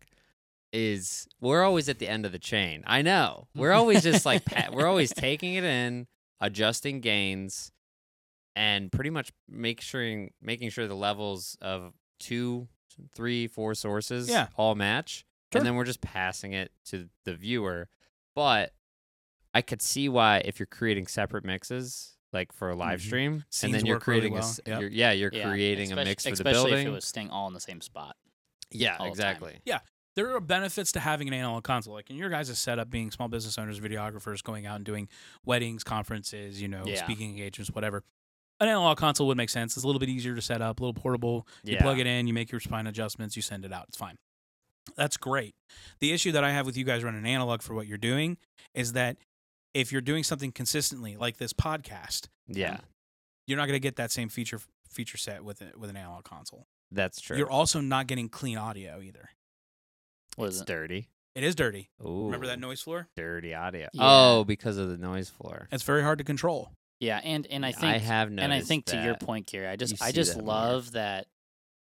[SPEAKER 3] is we're always at the end of the chain. I know. We're always just like pa- we're always taking it in, adjusting gains and pretty much make sure making sure the levels of two, three, four sources
[SPEAKER 1] Yeah.
[SPEAKER 3] all match.
[SPEAKER 1] Sure.
[SPEAKER 3] And then we're just passing it to the viewer. But I could see why if you're creating separate mixes, like for a live
[SPEAKER 2] Mm-hmm.
[SPEAKER 1] Mhm.
[SPEAKER 3] stream,
[SPEAKER 1] Scenes
[SPEAKER 3] and then you're
[SPEAKER 1] work really
[SPEAKER 3] creating a
[SPEAKER 1] well.
[SPEAKER 3] s-
[SPEAKER 1] Yep.
[SPEAKER 3] you're, yeah, you're
[SPEAKER 2] Yeah,
[SPEAKER 3] creating a
[SPEAKER 2] espec-
[SPEAKER 3] mix for the
[SPEAKER 2] especially
[SPEAKER 3] building.
[SPEAKER 2] if it was staying all in the same spot.
[SPEAKER 3] yeah,
[SPEAKER 2] all the time.
[SPEAKER 3] exactly.
[SPEAKER 1] there are benefits to having an analog console like in your guys' setup being small business owners videographers going out and doing weddings conferences you know
[SPEAKER 2] Yeah.
[SPEAKER 1] speaking engagements whatever an analog console would make sense it's a little bit easier to set up a little portable you plug it in you make your spine adjustments you send it out it's fine that's great the issue that i have with you guys running analog for what you're doing is that if you're doing something consistently like this podcast
[SPEAKER 3] Yeah.
[SPEAKER 1] You're not going to get that same feature feature set with it with an analog console.
[SPEAKER 3] That's true.
[SPEAKER 1] You're also not getting clean audio either.
[SPEAKER 2] What
[SPEAKER 3] it's
[SPEAKER 2] is it?
[SPEAKER 3] dirty.
[SPEAKER 1] It is dirty.
[SPEAKER 3] Ooh,
[SPEAKER 1] Remember that noise floor?
[SPEAKER 3] dirty audio.
[SPEAKER 2] Yeah.
[SPEAKER 3] Oh, because of the noise floor.
[SPEAKER 1] It's very hard to control.
[SPEAKER 2] Yeah, and and I think
[SPEAKER 3] have
[SPEAKER 2] and I
[SPEAKER 3] noticed
[SPEAKER 2] think to your
[SPEAKER 3] that.
[SPEAKER 2] point, Gary, I
[SPEAKER 3] You
[SPEAKER 2] just I
[SPEAKER 3] see
[SPEAKER 2] just
[SPEAKER 3] that more.
[SPEAKER 2] love that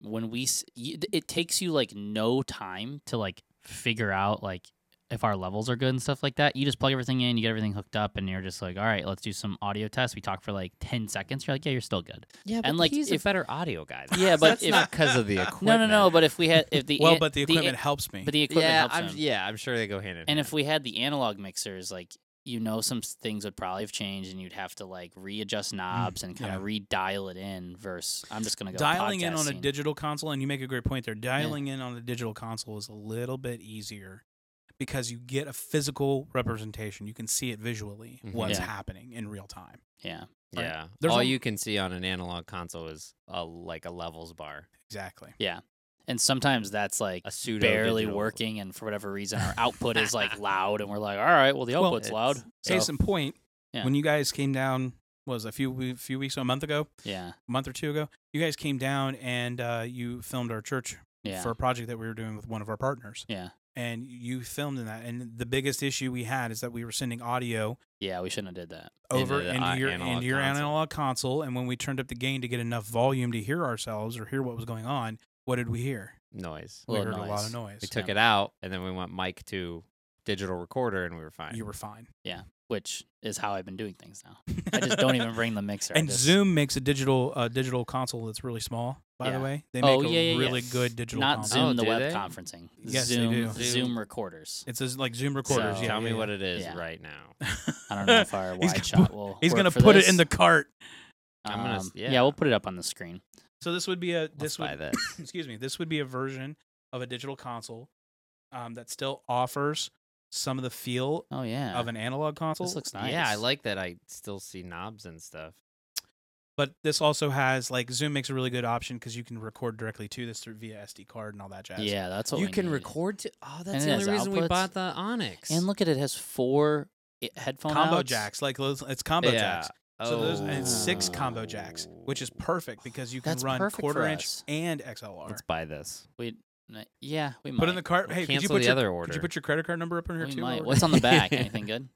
[SPEAKER 2] when we s- you, th- it takes you like no time to like figure out like if our levels are good and stuff like that. You just plug everything in, you get everything hooked up, and you're just like, all right, let's do some audio tests. We talk for like ten seconds. You're like, yeah, you're still good.
[SPEAKER 3] Yeah, but
[SPEAKER 2] and, like,
[SPEAKER 3] he's
[SPEAKER 2] if-
[SPEAKER 3] a better audio guy. than
[SPEAKER 2] Yeah,
[SPEAKER 3] us.
[SPEAKER 2] but
[SPEAKER 3] that's
[SPEAKER 2] if-
[SPEAKER 3] not because of the equipment.
[SPEAKER 2] No, no, no. But if we had if the
[SPEAKER 1] Well,
[SPEAKER 2] an-
[SPEAKER 1] but the
[SPEAKER 2] an-
[SPEAKER 1] equipment helps me.
[SPEAKER 2] but the equipment
[SPEAKER 3] yeah,
[SPEAKER 2] helps
[SPEAKER 3] I'm,
[SPEAKER 2] him.
[SPEAKER 3] yeah, I'm sure they go hand in.
[SPEAKER 2] And
[SPEAKER 3] hand.
[SPEAKER 2] if we had the analog mixers, like you know, some s- things would probably have changed, and you'd have to like readjust knobs and kind
[SPEAKER 1] yeah.
[SPEAKER 2] of re-dial it in. Versus, I'm just gonna go
[SPEAKER 1] dialing in
[SPEAKER 2] podcast
[SPEAKER 1] on a
[SPEAKER 2] scene.
[SPEAKER 1] digital console, and you make a great point there. Dialing in on a digital console is a little bit easier because you get a physical representation. You can see it visually
[SPEAKER 3] Mhm.
[SPEAKER 1] what's
[SPEAKER 2] Yeah.
[SPEAKER 1] happening in real time.
[SPEAKER 2] Yeah,
[SPEAKER 1] Right.
[SPEAKER 3] Yeah.
[SPEAKER 1] There's
[SPEAKER 3] All
[SPEAKER 1] a-
[SPEAKER 3] you can see on an analog console is a, like a levels bar,
[SPEAKER 1] Exactly.
[SPEAKER 2] and sometimes that's like
[SPEAKER 3] a pseudo
[SPEAKER 2] barely
[SPEAKER 3] digital-
[SPEAKER 2] working, and for whatever reason, our output is like loud, and we're like, all right, well, the
[SPEAKER 1] Well,
[SPEAKER 2] output's loud.
[SPEAKER 3] it's-
[SPEAKER 2] So,
[SPEAKER 1] Case in point,
[SPEAKER 2] Yeah.
[SPEAKER 1] when you guys came down what was it, a few we- few weeks a month ago,
[SPEAKER 2] yeah,
[SPEAKER 1] a month or two ago, you guys came down and uh, you filmed our church
[SPEAKER 2] yeah,
[SPEAKER 1] for a project that we were doing with one of our partners,
[SPEAKER 2] yeah,
[SPEAKER 1] and you filmed in that. And the biggest issue we had is that we were sending audio
[SPEAKER 2] yeah. We shouldn't have did that.
[SPEAKER 1] over
[SPEAKER 3] Into the
[SPEAKER 1] into,
[SPEAKER 3] i-
[SPEAKER 1] your
[SPEAKER 3] analog
[SPEAKER 1] into your
[SPEAKER 3] console.
[SPEAKER 1] analog console, and when we turned up the gain to get enough volume to hear ourselves or hear what was going on, what did we hear?
[SPEAKER 3] noise.
[SPEAKER 1] We
[SPEAKER 2] Little
[SPEAKER 1] heard a lot of
[SPEAKER 2] noise.
[SPEAKER 1] noise.
[SPEAKER 3] We took it out and then we went mic to digital recorder and we were fine.
[SPEAKER 1] You were fine.
[SPEAKER 2] Which is how I've been doing things now. I just don't even bring the mixer. I
[SPEAKER 1] and
[SPEAKER 2] just-
[SPEAKER 1] Zoom makes a digital uh, digital console that's really small. By
[SPEAKER 2] Yeah.
[SPEAKER 1] the way, they make
[SPEAKER 2] Oh,
[SPEAKER 1] a
[SPEAKER 2] yeah, yeah, yeah.
[SPEAKER 1] really good digital
[SPEAKER 2] not
[SPEAKER 1] console.
[SPEAKER 2] Zoom,
[SPEAKER 3] Oh,
[SPEAKER 2] the
[SPEAKER 3] do
[SPEAKER 2] web
[SPEAKER 3] they?
[SPEAKER 2] conferencing.
[SPEAKER 1] Yes, they
[SPEAKER 2] Zoom,
[SPEAKER 1] do.
[SPEAKER 2] Zoom
[SPEAKER 3] Zoom.
[SPEAKER 2] recorders.
[SPEAKER 1] It's a, like Zoom recorders.
[SPEAKER 2] So-
[SPEAKER 1] yeah,
[SPEAKER 3] Tell me
[SPEAKER 1] yeah,
[SPEAKER 3] what
[SPEAKER 1] yeah.
[SPEAKER 3] it is
[SPEAKER 2] Yeah.
[SPEAKER 3] right now.
[SPEAKER 2] I don't know if our
[SPEAKER 1] He's
[SPEAKER 2] wide
[SPEAKER 1] gonna
[SPEAKER 2] shot will.
[SPEAKER 1] He's
[SPEAKER 2] work
[SPEAKER 1] gonna
[SPEAKER 2] for
[SPEAKER 1] put
[SPEAKER 2] this.
[SPEAKER 1] it in the cart.
[SPEAKER 2] Um,
[SPEAKER 3] I'm gonna s-
[SPEAKER 2] yeah.
[SPEAKER 3] yeah.
[SPEAKER 2] we'll put it up on the screen.
[SPEAKER 1] So this would be a
[SPEAKER 3] Let's
[SPEAKER 1] this
[SPEAKER 3] buy
[SPEAKER 1] would
[SPEAKER 3] this.
[SPEAKER 1] excuse me this would be a version of a digital console um, that still offers some of the feel
[SPEAKER 2] Oh yeah,
[SPEAKER 1] of an analog console.
[SPEAKER 2] this looks nice.
[SPEAKER 3] Yeah, I like that. I still see knobs and stuff.
[SPEAKER 1] but this also has like Zoom makes a really good option because you can record directly to this through via SD card and all that jazz.
[SPEAKER 2] Yeah, that's what
[SPEAKER 3] you
[SPEAKER 2] we
[SPEAKER 3] can
[SPEAKER 2] need.
[SPEAKER 3] record to. Oh, that's
[SPEAKER 2] it
[SPEAKER 3] the
[SPEAKER 2] has
[SPEAKER 3] only reason we
[SPEAKER 2] outputs.
[SPEAKER 3] bought the Onyx.
[SPEAKER 2] And look at it, it has four i- headphone
[SPEAKER 1] combo
[SPEAKER 2] outs.
[SPEAKER 1] jacks like those- it's combo
[SPEAKER 3] Yeah.
[SPEAKER 1] jacks. So those and six
[SPEAKER 2] Oh.
[SPEAKER 1] combo jacks, which is perfect because you can
[SPEAKER 2] That's
[SPEAKER 1] run
[SPEAKER 2] perfect for
[SPEAKER 1] quarter inch
[SPEAKER 2] us.
[SPEAKER 1] and XLR.
[SPEAKER 3] Let's buy this.
[SPEAKER 2] We, n- uh, yeah, we might.
[SPEAKER 1] put in the cart.
[SPEAKER 3] We'll
[SPEAKER 1] hey, could you
[SPEAKER 3] cancel
[SPEAKER 1] put
[SPEAKER 3] the
[SPEAKER 1] your
[SPEAKER 3] other
[SPEAKER 1] could
[SPEAKER 3] order.
[SPEAKER 1] you put your credit card number up in here
[SPEAKER 2] We
[SPEAKER 1] too?
[SPEAKER 2] might.
[SPEAKER 1] or-
[SPEAKER 2] What's on the back? Anything good?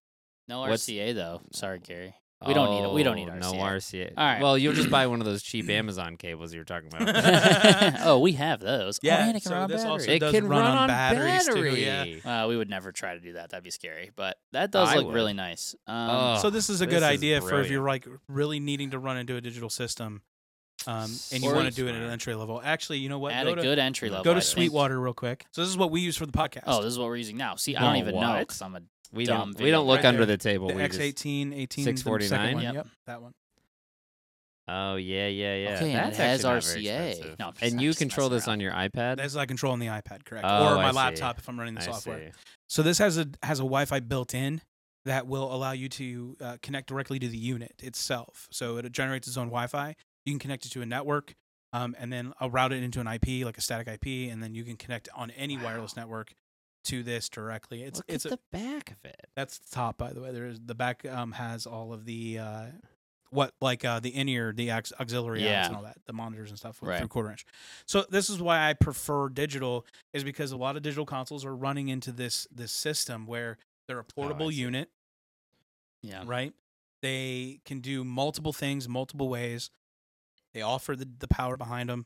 [SPEAKER 2] No
[SPEAKER 3] What's-
[SPEAKER 2] RCA though. Sorry, Gary. We don't need it. We don't need
[SPEAKER 3] Oh,
[SPEAKER 2] RCA.
[SPEAKER 3] No RCA.
[SPEAKER 2] All right.
[SPEAKER 3] Well, you'll just buy one of those cheap Amazon cables you were talking about.
[SPEAKER 2] oh, we have those. Oh,
[SPEAKER 1] Yeah,
[SPEAKER 2] and it can
[SPEAKER 1] so
[SPEAKER 2] run on
[SPEAKER 1] this also
[SPEAKER 2] battery.
[SPEAKER 1] It does run on batteries too, yeah.
[SPEAKER 2] Uh, we would never try to do that. That'd be scary. But that does
[SPEAKER 3] I
[SPEAKER 2] look
[SPEAKER 3] would.
[SPEAKER 2] really nice. Um,
[SPEAKER 3] Oh.
[SPEAKER 1] so this is a
[SPEAKER 3] This
[SPEAKER 1] good
[SPEAKER 3] is
[SPEAKER 1] idea for if you're like really needing to run into a digital system, um, and you
[SPEAKER 2] Or-
[SPEAKER 1] want to do it at an entry level. Actually, you know what?
[SPEAKER 2] at
[SPEAKER 1] go
[SPEAKER 2] a
[SPEAKER 1] to,
[SPEAKER 2] good entry
[SPEAKER 3] go
[SPEAKER 2] level.
[SPEAKER 1] go
[SPEAKER 2] I
[SPEAKER 1] to
[SPEAKER 2] think.
[SPEAKER 1] Sweetwater real quick. So this is what we use for the podcast.
[SPEAKER 2] Oh, this is what we're using now. See, I don't
[SPEAKER 3] No,
[SPEAKER 2] even know
[SPEAKER 3] what?
[SPEAKER 2] because I'm a
[SPEAKER 3] we
[SPEAKER 2] dumb
[SPEAKER 3] don't. We
[SPEAKER 2] video.
[SPEAKER 3] don't look
[SPEAKER 1] Right
[SPEAKER 3] under
[SPEAKER 1] there.
[SPEAKER 3] the table.
[SPEAKER 1] the
[SPEAKER 3] we just-
[SPEAKER 1] X18, 18, the second
[SPEAKER 3] 649?
[SPEAKER 1] one.
[SPEAKER 2] Yep.
[SPEAKER 1] Yep, that one.
[SPEAKER 3] Oh yeah, yeah, yeah.
[SPEAKER 2] Okay, and it
[SPEAKER 3] That's
[SPEAKER 2] has
[SPEAKER 3] actually not very
[SPEAKER 2] RCA.
[SPEAKER 3] expensive.
[SPEAKER 2] No, I'm just-
[SPEAKER 3] and
[SPEAKER 2] I'm
[SPEAKER 3] you
[SPEAKER 2] just
[SPEAKER 3] control
[SPEAKER 2] messing
[SPEAKER 3] this on your iPad.
[SPEAKER 1] That's I control on the iPad, correct?
[SPEAKER 3] Oh,
[SPEAKER 1] or my
[SPEAKER 3] I see.
[SPEAKER 1] laptop if I'm running the
[SPEAKER 3] I
[SPEAKER 1] software.
[SPEAKER 3] see.
[SPEAKER 1] So this has a has a Wi-Fi built in that will allow you to uh, connect directly to the unit itself. So it generates its own Wi-Fi. You can connect it to a network, um, and then I'll route it into an IP, like a static IP, and then you can connect on any
[SPEAKER 3] Wow.
[SPEAKER 1] wireless network to this directly. It's
[SPEAKER 3] Look
[SPEAKER 1] it's
[SPEAKER 3] at
[SPEAKER 1] a,
[SPEAKER 3] the back of it.
[SPEAKER 1] that's the top, by the way. There is the back um, has all of the uh, what like uh, the in ear, the aux- auxiliary outs
[SPEAKER 2] Yeah.
[SPEAKER 1] and all that, the monitors and stuff with,
[SPEAKER 2] Right.
[SPEAKER 1] through quarter inch. So this is why I prefer digital, is because a lot of digital consoles are running into this this system where they're a portable
[SPEAKER 3] see.
[SPEAKER 1] unit,
[SPEAKER 2] Oh, Yeah.
[SPEAKER 1] right? They can do multiple things, multiple ways. They offer the, the power behind them.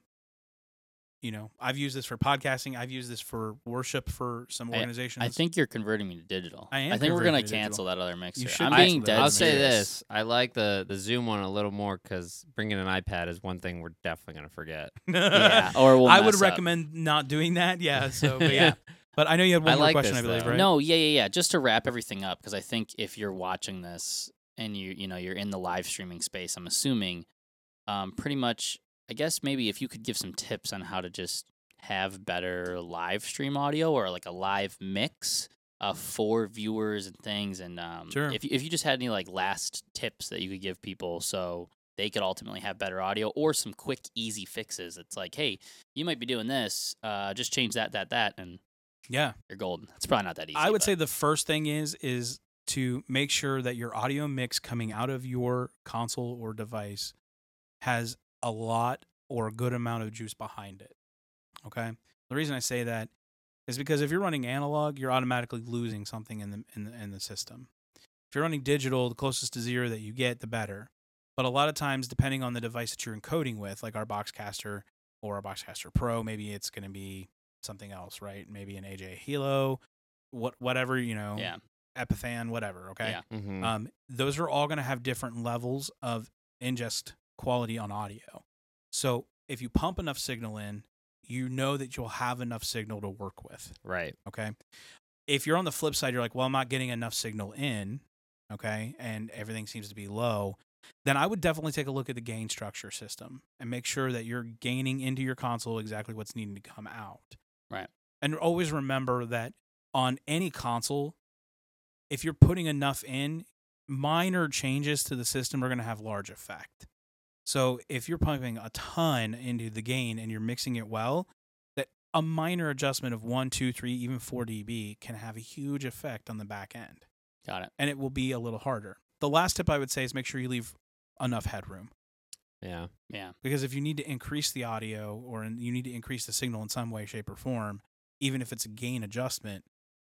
[SPEAKER 1] You know, I've used this for podcasting. I've used this for worship for some
[SPEAKER 2] I- I
[SPEAKER 1] organizations.
[SPEAKER 2] I think you're converting me to digital.
[SPEAKER 1] I am
[SPEAKER 2] think we're
[SPEAKER 1] converting
[SPEAKER 2] gonna
[SPEAKER 1] you to digital.
[SPEAKER 2] cancel that other mixer.
[SPEAKER 1] should
[SPEAKER 2] I'm
[SPEAKER 1] cancel
[SPEAKER 2] being
[SPEAKER 1] that.
[SPEAKER 2] dead.
[SPEAKER 3] I'll say
[SPEAKER 2] serious.
[SPEAKER 3] this: I like the the Zoom one a little more because bringing an iPad is one thing we're definitely gonna forget.
[SPEAKER 2] Yeah. Or we'll
[SPEAKER 1] I would
[SPEAKER 2] mess up.
[SPEAKER 1] recommend not doing that. Yeah. So, but yeah. But I know you had one
[SPEAKER 3] I
[SPEAKER 1] more
[SPEAKER 3] like
[SPEAKER 1] question,
[SPEAKER 3] this,
[SPEAKER 1] I believe,
[SPEAKER 3] though.
[SPEAKER 1] right?
[SPEAKER 2] No, yeah, yeah, yeah. Just to wrap everything up, because I think if you're watching this and you you know you're in the live streaming space, I'm assuming, um, pretty much. I guess maybe if you could give some tips on how to just have better live stream audio or like a live mix uh, for viewers and things, and um,
[SPEAKER 1] Sure.
[SPEAKER 2] if you, if you just had any like last tips that you could give people, so they could ultimately have better audio or some quick easy fixes. It's like, hey, you might be doing this, uh, just change that, that, that, and
[SPEAKER 1] Yeah.
[SPEAKER 2] you're golden. It's probably not that easy.
[SPEAKER 1] I would
[SPEAKER 2] but-
[SPEAKER 1] say the first thing is is to make sure that your audio mix coming out of your console or device has a lot or a good amount of juice behind it. Okay. The reason I say that is because if you're running analog, you're automatically losing something in the in the, in the system. If you're running digital, the closest to zero that you get, the better. But a lot of times, depending on the device that you're encoding with, like our Boxcaster or our Boxcaster Pro, maybe it's going to be something else, right? Maybe an AJ Hilo, what whatever you know,
[SPEAKER 2] Yeah.
[SPEAKER 1] Epithan, whatever. Okay,
[SPEAKER 2] Yeah.
[SPEAKER 3] Mhm.
[SPEAKER 1] um, those are all going to have different levels of ingest quality on audio. So if you pump enough signal in, you know that you'll have enough signal to work with.
[SPEAKER 2] Right.
[SPEAKER 1] Okay. If you're on the flip side, you're like, well, I'm not getting enough signal in. Okay. And everything seems to be low. Then I would definitely take a look at the gain structure system and make sure that you're gaining into your console exactly what's needing to come out.
[SPEAKER 2] Right.
[SPEAKER 1] And always remember that on any console, if you're putting enough in, minor changes to the system are going to have large effect. So if you're pumping a ton into the gain and you're mixing it well, that a minor adjustment of one, two, three, even 4 dB can have a huge effect on the back end
[SPEAKER 2] Got it.
[SPEAKER 1] and it will be a little harder. The last tip I would say is make sure you leave enough headroom
[SPEAKER 3] yeah.
[SPEAKER 2] Yeah.
[SPEAKER 1] because if you need to increase the audio or in- you need to increase the signal in some way, shape, or form, even if it's a gain adjustment,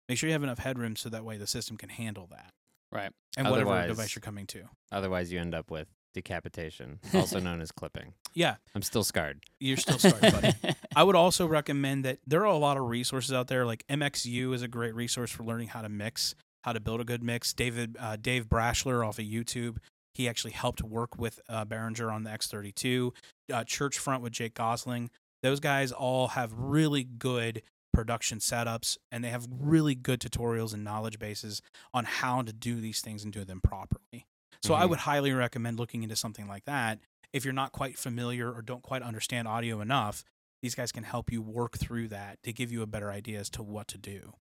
[SPEAKER 1] make sure you have enough headroom so that way the system can handle that.
[SPEAKER 2] Right.
[SPEAKER 1] And whatever
[SPEAKER 3] Otherwise-
[SPEAKER 1] device you're coming to.
[SPEAKER 3] Otherwise, you end up with decapitation, also known as clipping.
[SPEAKER 1] Yeah,
[SPEAKER 3] I'm still scarred.
[SPEAKER 1] you're still starting, buddy. I would also recommend that there are a lot of resources out there. Like MXU is a great resource for learning how to mix, how to build a good mix. David uh, Dave Brashler off of YouTube, he actually helped work with uh, Behringer on the X32. Uh, Churchfront with Jake Gosling. Those guys all have really good production setups, and they have really good tutorials and knowledge bases on how to do these things and do them properly. So I
[SPEAKER 3] Mhm.
[SPEAKER 1] would highly recommend looking into something like that if you're not quite familiar or don't quite understand audio enough these guys can help you work through that to give you a better idea as to what to do.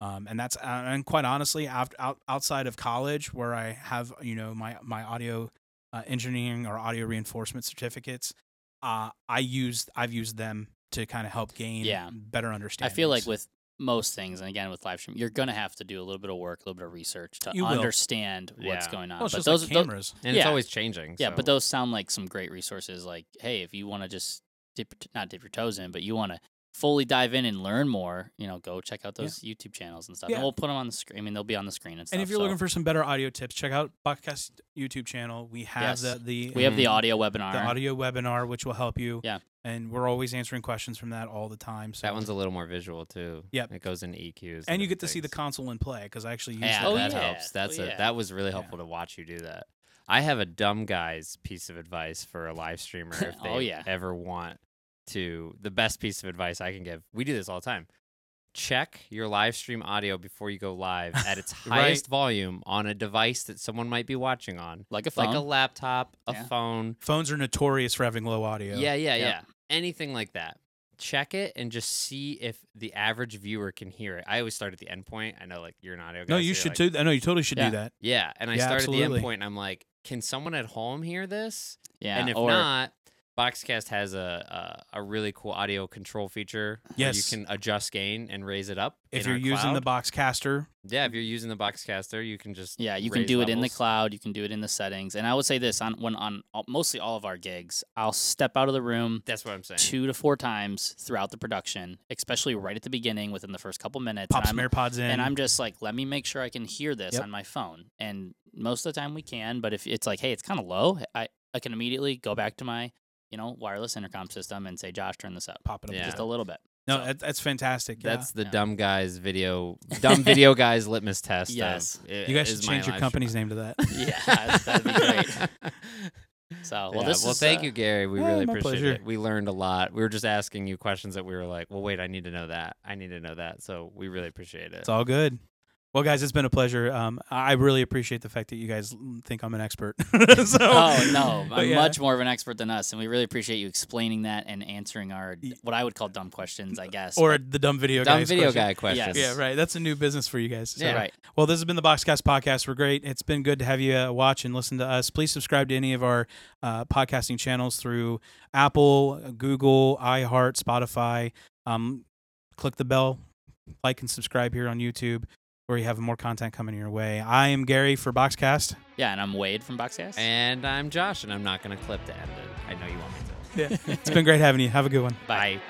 [SPEAKER 1] Um, and that's uh, and quite honestly, out, out, outside of college, where I have you know my my audio uh, engineering or audio reinforcement certificates, uh, I used I've used them to kind of help gain
[SPEAKER 2] Yeah.
[SPEAKER 1] better understanding.
[SPEAKER 2] I feel like with most things, and again with live stream, you're gonna have to do a little bit of work, a little bit of research to
[SPEAKER 1] You will.
[SPEAKER 2] understand what's
[SPEAKER 3] Yeah.
[SPEAKER 2] going on.
[SPEAKER 1] well, it's
[SPEAKER 2] but
[SPEAKER 1] just
[SPEAKER 2] those,
[SPEAKER 1] like
[SPEAKER 2] tho-
[SPEAKER 1] cameras.
[SPEAKER 3] And it's
[SPEAKER 2] Yeah.
[SPEAKER 3] always changing.
[SPEAKER 2] yeah,
[SPEAKER 3] so-
[SPEAKER 2] but those sound like some great resources. Like, hey, if you want to just dip, not dip your toes in, but you want to fully dive in and learn more, you know, go check out
[SPEAKER 1] Yeah.
[SPEAKER 2] those YouTube channels and stuff.
[SPEAKER 1] Yeah.
[SPEAKER 2] And we'll put them on the screen. I mean, they'll be on the screen and stuff.
[SPEAKER 1] and if you're
[SPEAKER 2] so
[SPEAKER 1] looking for some better audio tips, check out Podcast YouTube channel. We have
[SPEAKER 2] Yes.
[SPEAKER 1] the the
[SPEAKER 2] we have the
[SPEAKER 3] Mhm.
[SPEAKER 2] audio webinar.
[SPEAKER 1] Mm. the audio webinar, which will help you.
[SPEAKER 2] Yeah.
[SPEAKER 1] and we're always answering questions from that all the time. So
[SPEAKER 3] that one's a little more visual too.
[SPEAKER 1] Yep.
[SPEAKER 3] It goes into E EQs.
[SPEAKER 1] and you get to see the
[SPEAKER 3] different things.
[SPEAKER 1] console in play because I actually use
[SPEAKER 2] Yeah.
[SPEAKER 1] that.
[SPEAKER 3] Oh,
[SPEAKER 2] Oh,
[SPEAKER 3] that
[SPEAKER 2] yeah.
[SPEAKER 3] helps. That's
[SPEAKER 2] Oh,
[SPEAKER 3] a
[SPEAKER 2] yeah.
[SPEAKER 3] that was really helpful to watch you do that. I have a dumb guy's piece of advice for a live streamer if they
[SPEAKER 2] Oh, yeah.
[SPEAKER 3] ever want to. The best piece of advice I can give. We do this all the time. Check your live stream audio before you go live at its
[SPEAKER 1] Right.
[SPEAKER 3] highest volume on a device that someone might be watching on,
[SPEAKER 2] like a phone.
[SPEAKER 3] like a laptop, a
[SPEAKER 2] Yeah.
[SPEAKER 3] phone.
[SPEAKER 1] Phones are notorious for having low audio.
[SPEAKER 3] Yeah, yeah,
[SPEAKER 2] Yeah.
[SPEAKER 3] yeah. Anything like that. Check it and just see if the average viewer can hear it. I always start at the endpoint. I know, like you're an audio guy.
[SPEAKER 1] No,
[SPEAKER 3] so
[SPEAKER 1] you
[SPEAKER 3] you're
[SPEAKER 1] should
[SPEAKER 3] like,
[SPEAKER 1] do. I know you totally should
[SPEAKER 2] Yeah.
[SPEAKER 1] do that.
[SPEAKER 3] Yeah, and I
[SPEAKER 1] Yeah,
[SPEAKER 3] start at the
[SPEAKER 1] absolutely.
[SPEAKER 3] endpoint. And I'm like, can someone at home hear this?
[SPEAKER 2] yeah.
[SPEAKER 3] and if
[SPEAKER 2] or,
[SPEAKER 3] not, Boxcast has a, a a really cool audio control feature. where
[SPEAKER 1] Yes.
[SPEAKER 3] you can adjust gain and raise it up.
[SPEAKER 1] If
[SPEAKER 3] in
[SPEAKER 1] you're
[SPEAKER 3] our
[SPEAKER 1] using the
[SPEAKER 3] cloud.
[SPEAKER 1] Boxcaster,
[SPEAKER 3] yeah, if you're using the Boxcaster, you can just
[SPEAKER 2] Yeah, you can
[SPEAKER 3] raise
[SPEAKER 2] do it in the
[SPEAKER 3] levels.
[SPEAKER 2] cloud. You can do it in the settings. And I would say this on when on all- mostly all of our gigs, I'll step out of the room
[SPEAKER 3] That's what I'm saying.
[SPEAKER 2] two to four times throughout the production, especially right at the beginning within the first couple minutes.
[SPEAKER 1] pop
[SPEAKER 2] and
[SPEAKER 1] some
[SPEAKER 2] I'm,
[SPEAKER 1] AirPods in.
[SPEAKER 2] and I'm just like, let me make sure I can hear this
[SPEAKER 1] Yep.
[SPEAKER 2] on my phone. And most of the time we can, but if it's like, hey, it's kind of low, I, I can immediately go back to my you know wireless intercom system and say, Josh, turn this up
[SPEAKER 1] pop it up.
[SPEAKER 3] Yeah.
[SPEAKER 2] just a little bit.
[SPEAKER 1] No, that, that's fantastic. yeah.
[SPEAKER 3] That's the
[SPEAKER 2] Yeah.
[SPEAKER 3] dumb guys video, dumb video guys litmus test. of,
[SPEAKER 2] Yes.
[SPEAKER 3] i-
[SPEAKER 1] you guys
[SPEAKER 3] is
[SPEAKER 1] should
[SPEAKER 3] my
[SPEAKER 1] change your
[SPEAKER 3] live
[SPEAKER 1] company's
[SPEAKER 3] stream.
[SPEAKER 1] name to that.
[SPEAKER 2] Yeah, that'd be great. So, well,
[SPEAKER 3] Yeah,
[SPEAKER 2] this
[SPEAKER 3] well,
[SPEAKER 2] is,
[SPEAKER 3] thank
[SPEAKER 2] uh,
[SPEAKER 3] you, Gary. We
[SPEAKER 1] yeah,
[SPEAKER 3] really
[SPEAKER 1] my
[SPEAKER 3] appreciate
[SPEAKER 1] pleasure.
[SPEAKER 3] it. We learned a lot. We were just asking you questions that we were like, well, wait, I need to know that. I need to know that. So we really appreciate it.
[SPEAKER 1] It's all good. Well, guys, it's been a pleasure. Um, I I really appreciate the fact that you guys think I'm an expert. so,
[SPEAKER 2] Oh no,
[SPEAKER 1] but
[SPEAKER 2] I'm
[SPEAKER 1] yeah.
[SPEAKER 2] much more of an expert than us, and we really appreciate you explaining that and answering our
[SPEAKER 1] Y-
[SPEAKER 2] what I would call dumb questions, I guess.
[SPEAKER 1] Or the dumb video
[SPEAKER 3] Dumb
[SPEAKER 1] guy's
[SPEAKER 3] video
[SPEAKER 1] question.
[SPEAKER 3] guy questions.
[SPEAKER 2] Yes.
[SPEAKER 1] Yeah, right. That's a new business for you guys. So.
[SPEAKER 2] yeah, right.
[SPEAKER 1] Well, this has been the Boxcast podcast. We're great. It's been good to have you uh, watch and listen to us. Please subscribe to any of our uh, podcasting channels through Apple, Google, iHeart, Spotify. Um, click the bell, like and subscribe here on YouTube. where you have more content coming your way. I am Gary for Boxcast.
[SPEAKER 2] Yeah, and I'm Wade from Boxcast.
[SPEAKER 3] And I'm Josh, and I'm not going to clip to end it. I know you want me to.
[SPEAKER 1] Yeah. it's been great having you. Have a good one.
[SPEAKER 2] Bye.